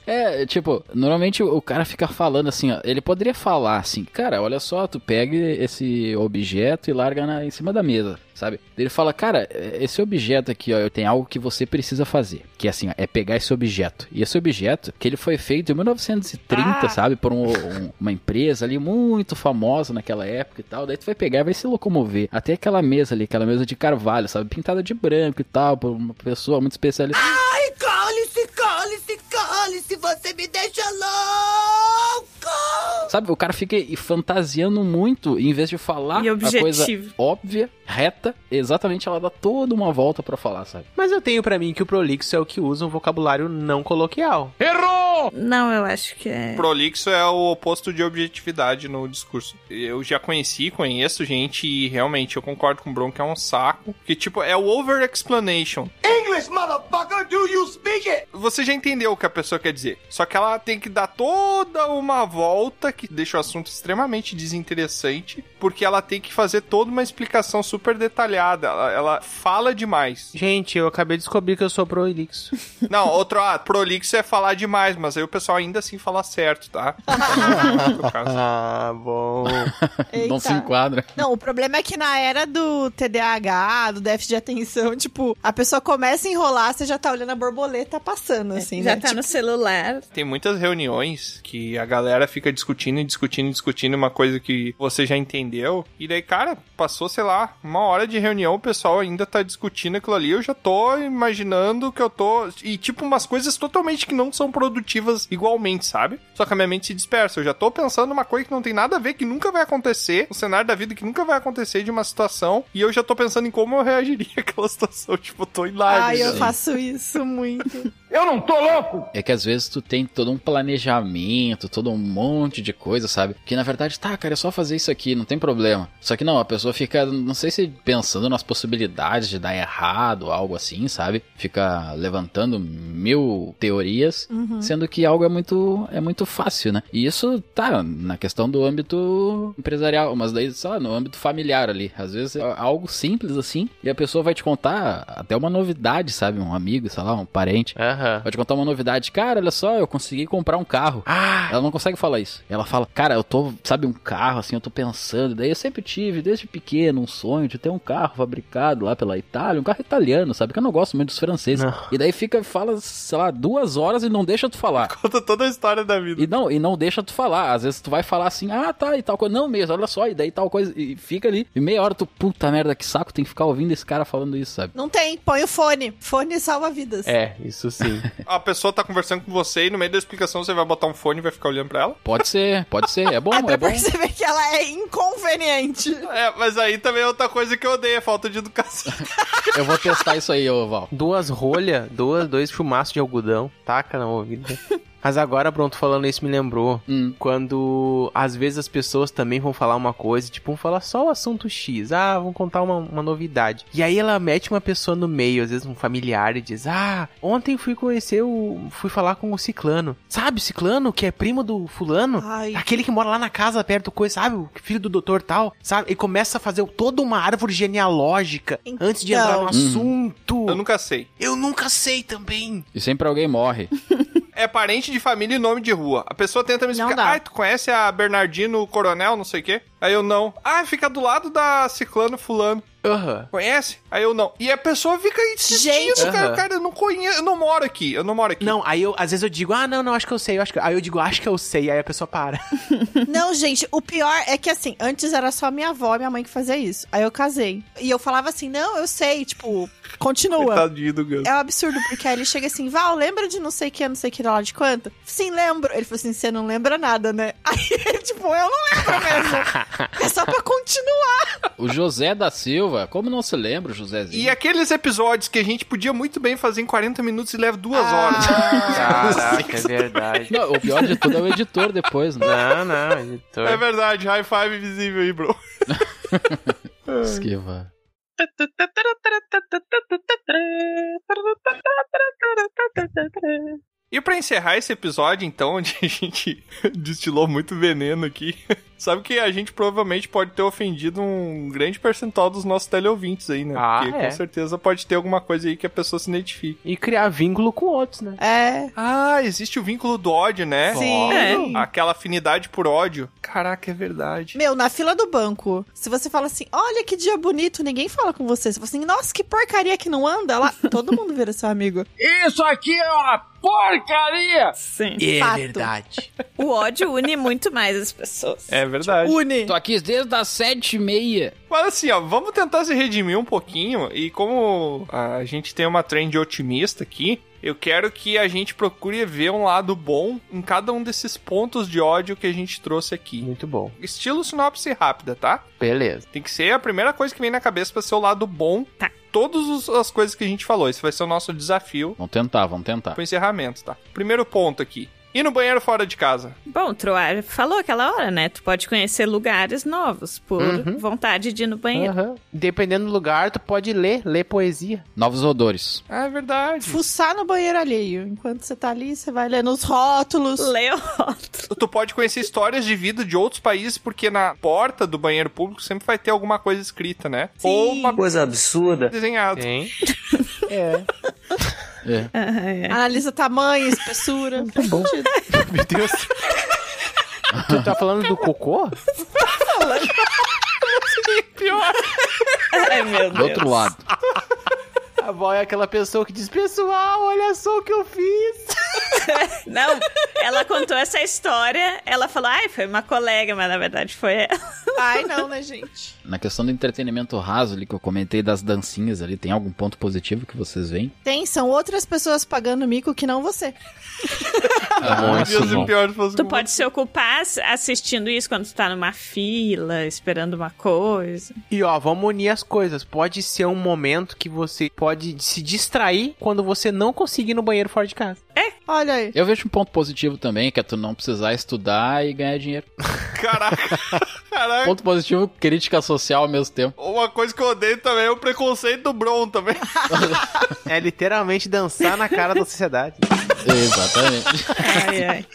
S8: é, tipo, normalmente o cara fica falando assim, ó. Ele poderia falar assim, cara, olha só, tu pega esse objeto e larga na- em cima da mesa, sabe? Ele fala, cara, esse objeto aqui, ó, eu tenho algo que você precisa fazer. Que é assim, ó, é pegar esse objeto. E esse objeto, que ele foi feito em 1930,
S1: Ah.
S8: sabe? Por um- um- uma empresa ali muito famosa naquela época e tal. Daí tu vai pegar e vai se locomover. Até aquela mesa ali, aquela mesa de carvalho, sabe? Pintada de branco e tal, por uma pessoa muito especialista.
S10: Ai, cole-se, cole-se, cole-se, você me
S20: me deixa louco!
S8: Sabe, o cara fica fantasiando muito em vez de falar
S3: E
S8: Ah, a coisa
S3: objetivo.
S8: óbvia, reta, é exatamente ela dá toda uma volta pra falar, sabe? [LAUGHS]
S2: Mas eu tenho pra mim que o prolixo é o que usa um vocabulário não coloquial.
S6: Errou!
S3: Não, eu acho que é.
S6: Prolixo é o oposto de objetividade no discurso. Eu já conheci, conheço gente e realmente eu concordo com o Bron que é um saco. Que tipo, é o over-explanation.
S21: English, motherfucker, do you speak it?
S6: Você já entendeu o que a pessoa quer dizer. Só que ela tem que dar toda uma volta que deixa o assunto extremamente desinteressante, porque ela tem que fazer toda uma explicação super detalhada. Ela, ela fala demais.
S2: Gente, eu acabei de descobrir que eu sou prolixo.
S6: Não, outro, ah, prolixo é falar demais, mas aí o pessoal ainda assim fala certo, tá?
S2: ah, bom.
S8: Não se
S1: Eita.
S8: enquadra.
S1: Não, o problema é que na era do TDAH, do déficit de atenção, tipo, a pessoa começa a enrolar, você já tá olhando a borboleta passando, assim,
S3: Já
S1: né?
S3: tá no celular.
S6: Tem muitas reuniões que a galera fica discutindo e discutindo e discutindo uma coisa que você já entendeu. E daí, cara, passou, sei lá, uma hora de reunião, o pessoal ainda tá discutindo aquilo ali. Eu já tô imaginando que eu tô. E tipo, umas coisas totalmente que não são produtivas igualmente, sabe? Só que a minha mente se dispersa. Eu já tô pensando uma coisa que não tem nada a ver, que nunca vai acontecer. Um cenário da vida que nunca vai acontecer de uma situação. E eu já tô pensando em como eu reagiria [LAUGHS] àquela situação. Tipo, eu tô hilário.
S1: Ai, eu
S3: assim."
S6: sabe?
S1: faço isso
S3: [LAUGHS]
S1: muito.
S6: Eu não tô louco!
S8: É que às vezes tu tem todo um planejamento, todo um monte de coisa, sabe? Que na verdade, tá, cara, é só fazer isso aqui, não tem problema. Só que não, a pessoa fica, não sei se pensando nas possibilidades de dar errado, algo assim, sabe? Fica levantando mil teorias,
S22: Uhum.
S8: sendo que algo é muito, é muito fácil, né? E isso tá na questão do âmbito empresarial, mas daí só no âmbito familiar ali. Às vezes é algo simples assim, e a pessoa vai te contar até uma novidade, sabe? Um amigo, sei lá, um parente. Vou te contar uma novidade. Cara, olha só, eu consegui comprar um carro. Ela não consegue falar isso. Ela fala, cara, eu tô, sabe, um carro, assim, eu tô pensando. Daí eu sempre tive, desde pequeno, um sonho de ter um carro fabricado lá pela Itália, um carro italiano, sabe? Que eu não gosto muito dos franceses. E daí fica, fala, sei lá, duas horas e não deixa tu falar.
S6: [LAUGHS] [LAUGHS] Conta toda a história da vida.
S8: E não, e não deixa tu falar. Às vezes tu vai falar assim, ah, tá, e tal coisa. Não mesmo, olha só, e daí tal coisa. E fica ali. E meia hora tu, puta merda, que saco, tem que ficar ouvindo esse cara falando isso, sabe?
S1: Não tem, põe o fone. Fone salva vidas.
S8: É,
S2: É, isso sim.
S6: A pessoa tá conversando com você e no meio da explicação você vai botar um fone e vai ficar olhando pra ela?
S8: Pode ser, pode ser. É bom,
S1: Até
S8: é bom.
S1: porque você vê que ela é inconveniente.
S6: É, mas aí também é outra coisa que eu odeio, é falta de educação.
S8: [LAUGHS] Eu vou testar isso aí, ô Val.
S2: Duas rolhas, duas, dois chumaços de algodão, taca na ouvida. Mas agora, pronto, falando isso me lembrou. Quando às vezes as pessoas também vão falar uma coisa, tipo, vão falar só o assunto X. Ah, vão contar uma, uma novidade. E aí ela mete uma pessoa no meio, às vezes um familiar, e diz: Ah, ontem fui conhecer o. fui falar com o Ciclano. Sabe, o Ciclano, que é primo do fulano?
S1: Ai.
S2: Aquele que mora lá na casa perto do coisa, sabe? O filho do doutor tal, sabe? E começa a fazer toda uma árvore genealógica antes de entrar no
S6: Uhum.
S2: assunto.
S6: Eu nunca sei.
S2: Eu nunca sei também.
S8: E sempre alguém morre.
S6: É parente de família e nome de rua. A pessoa tenta me explicar. Ah, tu conhece a Bernardino Coronel, não sei o quê? Aí eu não. Ah, fica do lado da Ciclano Fulano.
S2: Aham.
S6: Conhece? Aí eu não. E a pessoa fica insistindo,
S2: Gente.
S6: cara.
S2: Aham.
S6: Cara, eu não conheço, eu não moro aqui, eu não moro aqui.
S2: Não, aí eu, às vezes eu digo, ah, não, não, acho que eu sei, eu acho que... aí eu digo, acho que eu sei, aí a pessoa para.
S1: Não, gente, o pior é que assim, antes era só minha avó, minha mãe que fazia isso. Aí eu casei. E eu falava assim, não, eu sei, tipo, continua.
S6: Tadinho do Gus.
S1: É um absurdo, porque aí ele chega assim, Val, lembra de não sei o que, não sei o que lá de quanto? Sim, lembro. Ele falou assim, você não lembra nada, né? [LAUGHS] Aí, ele, tipo, eu não lembro mesmo. É só pra continuar.
S8: O José da Silva, como não se lembra o Josézinho?
S6: E aqueles episódios que a gente podia muito bem fazer em 40 minutos e leva duas
S2: Ah. [LAUGHS]
S6: horas.
S2: Caraca, é verdade.
S8: Não, o pior de tudo é o editor depois, né?
S2: Não, não, editor.
S6: É verdade, high five invisível aí, bro.
S8: Esquiva.
S6: E pra encerrar esse episódio, então, [LAUGHS] onde a gente destilou muito veneno aqui, [LAUGHS] sabe que a gente provavelmente pode ter ofendido um grande percentual dos nossos teleouvintes aí, né?
S2: Ah,
S6: Porque
S2: é.
S6: com certeza pode ter alguma coisa aí que a pessoa se identifique.
S2: [LAUGHS] E criar vínculo com outros, né?
S1: É.
S6: Ah, existe o vínculo do ódio, né?
S1: Sim. É.
S6: Aquela afinidade por ódio. Caraca, é verdade.
S1: Meu, na fila do banco, se você fala assim, olha que dia bonito, ninguém fala com você. Você fala assim, nossa, que porcaria que não anda [LAUGHS] lá. Todo mundo vira seu amigo.
S4: Isso aqui é uma porcaria!
S3: Sim.
S2: É
S3: Fato.
S2: verdade.
S3: O ódio une muito mais as pessoas.
S6: É verdade.
S1: Une.
S8: Tô aqui desde as sete e meia.
S6: Mas assim, ó, vamos tentar se redimir um pouquinho. E como a gente tem uma trend otimista aqui, Eu quero que a gente procure ver um lado bom em cada um desses pontos de ódio que a gente trouxe aqui.
S2: Muito bom.
S6: Estilo sinopse rápida, tá?
S2: Beleza.
S6: Tem que ser a primeira coisa que vem na cabeça pra ser o lado bom. Tá. Todas os- as coisas que a gente falou. Esse vai ser o nosso desafio
S8: Vamos tentar, vamos tentar.
S6: pro encerramento, tá? Primeiro ponto aqui. E no banheiro fora de casa?
S3: Bom, Troar falou aquela hora, né? Tu pode conhecer lugares novos por
S2: Uhum.
S3: vontade de ir no banheiro.
S2: Aham. Dependendo do lugar, tu pode ler, ler poesia.
S8: Novos odores.
S6: Ah, é verdade.
S1: Fuçar no banheiro alheio. Enquanto você tá ali, você vai lendo os rótulos.
S3: Leu.
S6: Tu pode conhecer histórias de vida de outros países, porque na porta do banheiro público sempre vai ter alguma coisa escrita, né? Ou uma
S9: Coisa absurda.
S6: desenhada.
S1: É.
S8: É.
S1: Analisa tamanho, espessura. [LAUGHS] Tá bom.
S2: Meu Deus. tu tá falando do [LAUGHS] cocô? Tá [LAUGHS]
S6: Pior.
S3: Ai, meu
S8: Do outro lado.
S2: A boy é aquela pessoa que diz, pessoal, olha só o que eu fiz.
S3: Não, ela contou essa história, ela falou, ai, foi uma colega, mas na verdade foi ela.
S1: Ai, não, né, gente?
S8: Na questão do entretenimento raso ali que eu comentei das dancinhas ali, tem algum ponto positivo que vocês veem?
S1: Tem, são outras pessoas pagando mico que não você.
S8: [LAUGHS] Ah,
S6: Meu Deus,
S8: isso
S6: o
S8: não.
S6: pior fosse
S3: Tu pode se ocupar as- assistindo isso quando tu tá numa fila, esperando uma coisa.
S2: E ó, vamos unir as coisas. Pode ser um momento que você pode se distrair quando você não conseguir ir no banheiro fora de casa.
S1: Olha aí.
S8: Eu vejo um ponto positivo também, que é tu não precisar estudar e ganhar dinheiro.
S6: Caraca. Caraca.
S8: Ponto positivo, crítica social ao mesmo [LAUGHS] tempo.
S6: Uma coisa que eu odeio também é o preconceito do Bron também. [LAUGHS]
S2: É literalmente dançar na cara da sociedade.
S8: Exatamente.
S3: Ai, ai.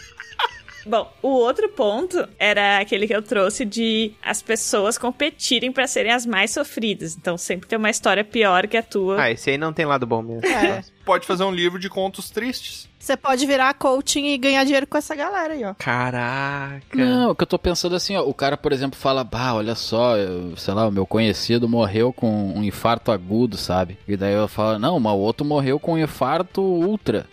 S3: Bom, o outro ponto era aquele que eu trouxe de as pessoas competirem pra serem as mais sofridas. Então sempre tem uma história pior que a tua.
S2: Ah, esse aí não tem lado bom mesmo.
S1: É.
S6: Pode fazer um livro de contos tristes.
S1: Você pode virar coaching e ganhar dinheiro com essa galera aí, ó.
S2: Caraca.
S8: Não, o que eu tô pensando assim, ó, o cara, por exemplo, fala, bah, olha só, eu- sei lá, o meu conhecido morreu com um infarto agudo, sabe? E daí eu falo, não, mas o outro morreu com um infarto ultra.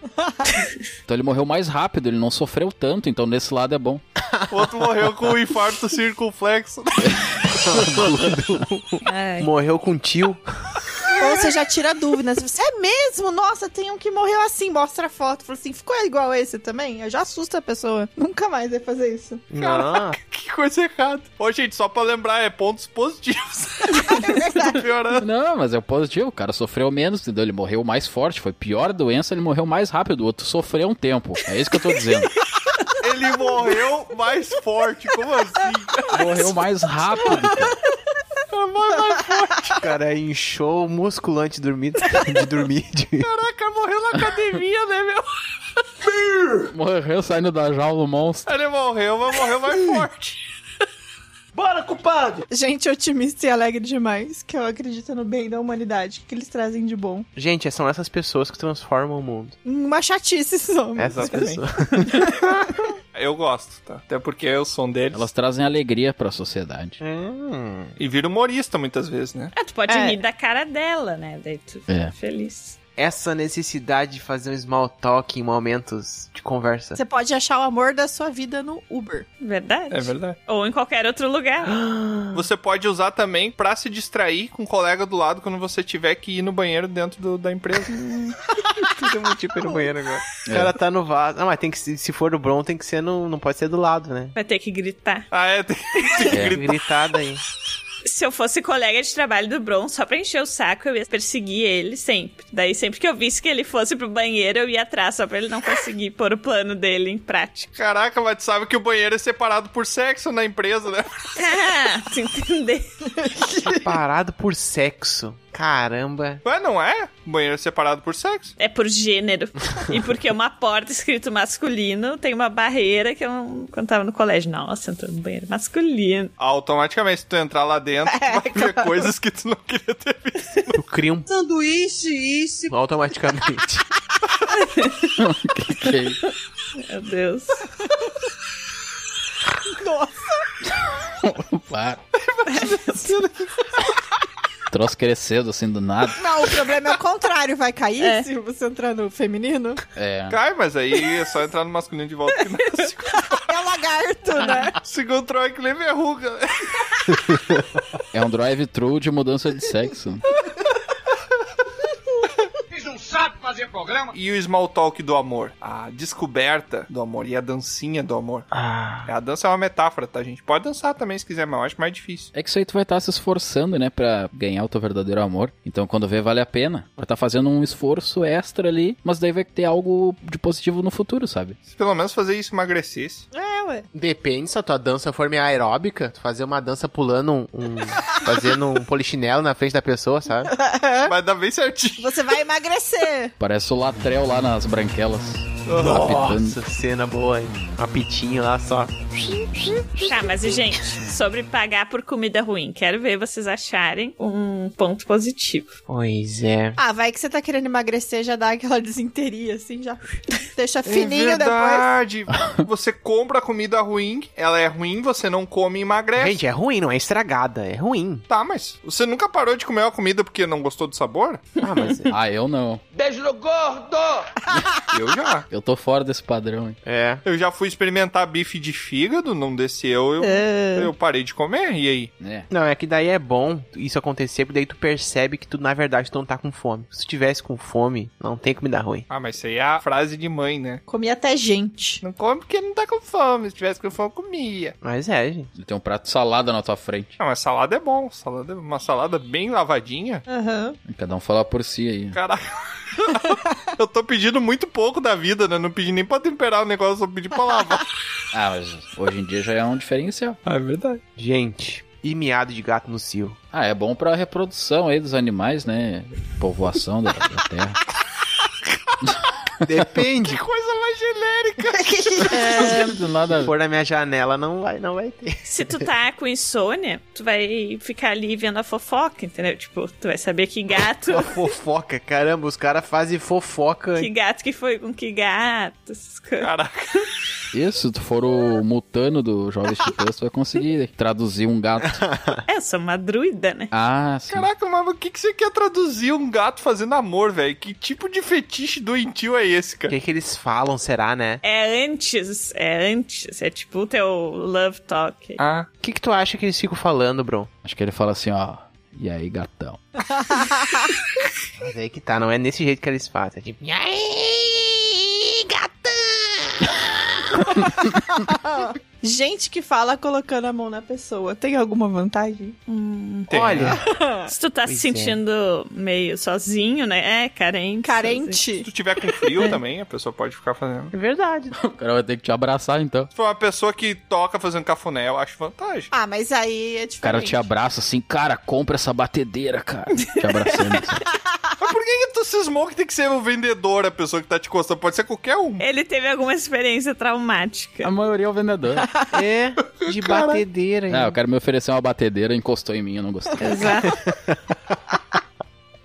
S8: então ele morreu mais rápido, ele não sofreu tanto, então nesse lado é bom.
S6: O outro morreu com um infarto circunflexo. [LAUGHS]
S3: Ai.
S2: Morreu com tio.
S1: Ou você já tira dúvidas. Você é mesmo? Nossa, tem um que morreu assim, mostra a foto. Fala assim, ficou igual esse também? Eu já assusta a pessoa. Nunca mais vai fazer isso. [LAUGHS]
S2: Não.
S6: que coisa errada. Ô, gente, só pra lembrar, é pontos positivos. [LAUGHS]
S1: É
S6: Tô piorando.
S8: Não, mas é o positivo, o cara sofreu menos, entendeu? Ele morreu mais forte, foi pior a doença, ele morreu mais rápido, o outro sofreu um tempo. É isso que eu tô dizendo.
S6: Ele morreu mais forte. Como assim?
S8: Morreu mais rápido. cara.
S2: O cara inchou o músculo antes de dormir. De dormir de-
S6: Caraca, morreu na academia, né, meu?
S8: Morreu saindo da jaula o monstro.
S6: Ele morreu, mas morreu mais forte.
S4: Bora, culpado!
S1: Gente otimista e alegre demais, que eu acredito no bem da humanidade, que eles trazem de bom.
S2: Gente, são essas pessoas que transformam o mundo.
S1: Uma chatice somos.
S2: Essas pessoas.
S6: Eu gosto, tá? Até porque é o som deles.
S8: Elas trazem alegria pra sociedade. [LAUGHS]
S2: Hum.
S6: E vira humorista muitas vezes, né?
S3: Ah, tu pode
S1: É.
S3: rir da cara dela, né? Daí tu
S8: É.
S3: fica feliz.
S2: Essa necessidade de fazer um small talk em momentos de conversa.
S1: Você pode achar o amor da sua vida no Uber.
S3: Verdade.
S6: É verdade.
S3: Ou em qualquer outro lugar.
S6: Você pode usar também pra se distrair com o colega do lado quando você tiver que ir no banheiro dentro do- da empresa.
S2: Tudo muito tipo no banheiro agora. O cara tá no vaso. Ah, mas tem que se se for do Bron, tem que ser no. Não pode ser do lado, né?
S3: Vai ter que gritar.
S6: ah, é. [LAUGHS] Tem, tem que
S2: É.
S6: gritar.
S2: Gritada aí.
S3: Se eu fosse colega de trabalho do Bron, só pra encher o saco, eu ia perseguir ele sempre. Daí, sempre que eu visse que ele fosse pro banheiro, eu ia atrás, só pra ele não conseguir [LAUGHS] pôr o plano dele em
S6: [LAUGHS]
S3: prática.
S6: Caraca, mas tu sabe que o banheiro é separado por sexo na empresa, né?
S3: Ah, [LAUGHS] tu entendeu?
S2: Parado por sexo. Caramba.
S6: Ué, não é? O banheiro é separado por sexo.
S3: É por gênero. E porque uma porta escrito masculino tem uma barreira que eu, não- quando tava no colégio, nossa, entrou no banheiro masculino.
S6: Automaticamente, se tu entrar lá dentro, tu vai ver coisas que tu não queria ter visto.
S2: Tu cria um
S4: Sanduíche, isso.
S2: automaticamente.
S8: Ok.
S3: Meu Deus.
S8: Para. [LAUGHS] Troço crescendo assim do nada.
S1: Não, o problema é o contrário. Vai cair
S3: É.
S1: se você entrar no feminino?
S8: É.
S6: Cai, mas aí é só entrar no masculino de volta que nasce.
S1: É o lagarto, né?
S6: Segundo Troy, que nem verruga. né?
S8: É um drive-thru de mudança de sexo.
S4: Vocês não sabem fazer
S6: programa. E o small talk do amor. A descoberta do amor e a dancinha do amor.
S2: Ah.
S6: A dança é uma metáfora, tá, gente? Pode dançar também se quiser, mas eu acho mais difícil.
S8: É que isso aí tu vai estar se esforçando, né, pra ganhar o teu verdadeiro amor. Então quando vê, vale a pena. Vai estar fazendo um esforço extra ali, mas daí vai ter algo de positivo no futuro, sabe?
S6: Se pelo menos fazer isso emagrecesse.
S1: É, ué.
S2: Depende se a tua dança for meio aeróbica, tu fazer uma dança pulando um, um- [LAUGHS] fazendo um polichinelo na frente da pessoa, sabe?
S1: É.
S6: Vai dar bem certinho.
S1: Você vai emagrecer.
S8: Parece o Latrel lá nas branquelas.
S2: Nossa, cena boa, hein? Uma pitinha lá só.
S3: Tá, mas e, gente, sobre pagar por comida ruim, quero ver vocês acharem um ponto positivo.
S2: Pois é.
S1: [LAUGHS] Ah, vai que você tá querendo emagrecer, já dá aquela desinteria, assim, já deixa [LAUGHS] fininho
S6: é
S1: depois.
S6: verdade. você compra comida ruim, ela é ruim, você não come e emagrece.
S2: Gente, é ruim, não é estragada, é ruim.
S6: Tá, mas você nunca parou de comer a comida porque não gostou do sabor?
S2: Ah, mas...
S8: ah, eu não.
S6: Beijo no gordo! Eu
S1: [LAUGHS]
S6: já.
S8: Eu tô fora desse padrão, hein?
S2: [LAUGHS] É.
S6: Eu já fui experimentar bife de fígado, não desceu, eu,
S1: É.
S6: eu parei de comer, e aí?
S2: Não, é que daí é bom isso acontecer, porque daí tu percebe que tu, na verdade, tu não tá com fome. Se tu tivesse com fome, não tem comida ruim.
S6: Ah, mas isso aí é a frase de mãe, né?
S1: Comi até [LAUGHS] gente.
S6: Não come porque não tá com fome. Se tivesse com fome, comia.
S2: Mas é, gente.
S8: Tu Tem um prato de salada na tua frente.
S6: Não, mas salada é bom. Salada, é- uma salada bem lavadinha.
S1: Aham.
S8: Cada um falar por si aí.
S6: Caraca. [LAUGHS] eu tô pedindo muito pouco da vida, né? Não pedi nem pra temperar o negócio, só pedi pra [LAUGHS] lavar.
S8: Ah, mas hoje em dia já é um diferencial.
S6: é verdade.
S2: Gente, e miado de gato no cio?
S8: Ah, é bom pra reprodução aí dos animais, né? Povoação da, da terra.
S2: Depende.
S6: Coisa mais genérica.
S1: É,
S8: do
S2: [LAUGHS]
S8: nada.
S2: Se for na minha janela, não vai, não vai ter.
S3: Se tu tá com insônia, tu vai ficar ali vendo a fofoca, entendeu? Tipo, tu vai saber que gato,
S2: Uma [LAUGHS] fofoca, caramba, os caras fazem fofoca.
S3: que gato que foi com que gato, essas coisas.
S6: Caraca.
S8: Isso, se tu for o mutano do Jovem Titãs, tu vai conseguir traduzir um gato.
S2: Ah.
S3: É, eu sou uma druida, né?
S8: Ah, sim.
S6: Caraca, mas o que, que você quer traduzir um gato fazendo amor, velho? Que tipo de fetiche doentio é esse,
S2: O
S6: cara?
S2: que, que eles falam, será, né?
S3: É antes, é antes, é tipo o teu love talk.
S6: Ah.
S2: O que, que tu acha que eles ficam falando, Bron?
S8: Acho que ele fala assim, ó. E aí, gatão?
S2: Mas aí que tá, não é nesse jeito que eles fazem. É tipo,
S23: E aí,
S1: gente que fala colocando a mão na pessoa. Tem alguma vantagem?
S3: Hum.
S6: Tem, [LAUGHS]
S2: olha,
S6: né?
S3: Se tu tá se
S2: Ah, Pois é.
S3: sentindo meio sozinho, né? É, carente.
S6: Se
S1: Carente.
S6: tu tiver com frio também, a pessoa pode ficar fazendo.
S2: é verdade.
S8: O cara vai ter que te abraçar, então.
S6: Se for uma pessoa que toca fazendo cafuné, eu acho vantagem.
S1: Ah, mas aí é diferente.
S8: O cara te abraça assim, cara, compra essa batedeira, cara. Te abraçando. assim.
S6: Mas por que, que tu cismou que tem que ser um vendedor, a pessoa que tá te encostando? Pode ser qualquer um.
S3: Ele teve alguma experiência traumática.
S2: Ah,
S8: A maioria é o vendedor.
S2: É, de batedeira.
S8: Ah,
S2: hein?
S8: o cara me ofereceu uma batedeira, encostou em mim, eu não gostei.
S2: é.
S3: Exato.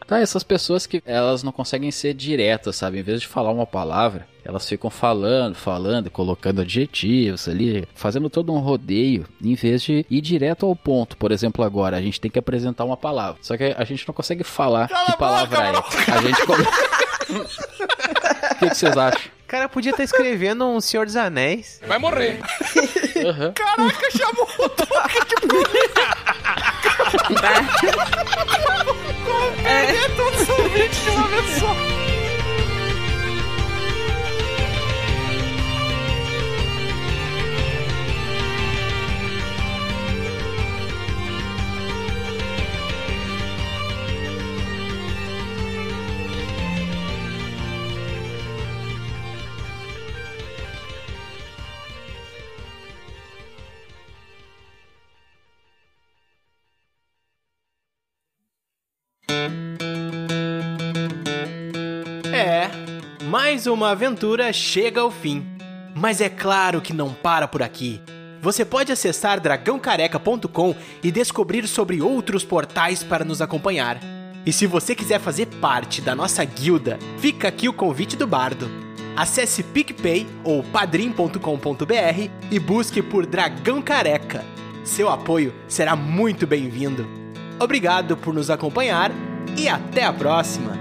S8: Tá, essas pessoas que elas não conseguem ser diretas, sabe? Em vez de falar uma palavra, elas ficam falando, falando, colocando adjetivos ali, fazendo todo um rodeio, em vez de ir direto ao ponto. Por exemplo, agora, a gente tem que apresentar uma palavra. Só que a gente não consegue falar
S6: Cala a
S8: que
S6: boca,
S8: palavra é. A gente come... [LAUGHS] O que, que vocês acham?
S2: O cara podia estar escrevendo um Senhor dos Anéis.
S6: Vai morrer.
S8: Aham.
S6: Caraca, chamou o toque de Como perder todos os ouvintes de uma vez só.
S2: É, mais uma aventura chega ao fim. Mas é claro que não para por aqui. Você pode acessar dragãocareca.com e descobrir sobre outros portais para nos acompanhar. E se você quiser fazer parte da nossa guilda, fica aqui o convite do bardo. Acesse PicPay ou padrim.com.br e busque por Dragão Careca. Seu apoio será muito bem-vindo. Obrigado por nos acompanhar e até a próxima!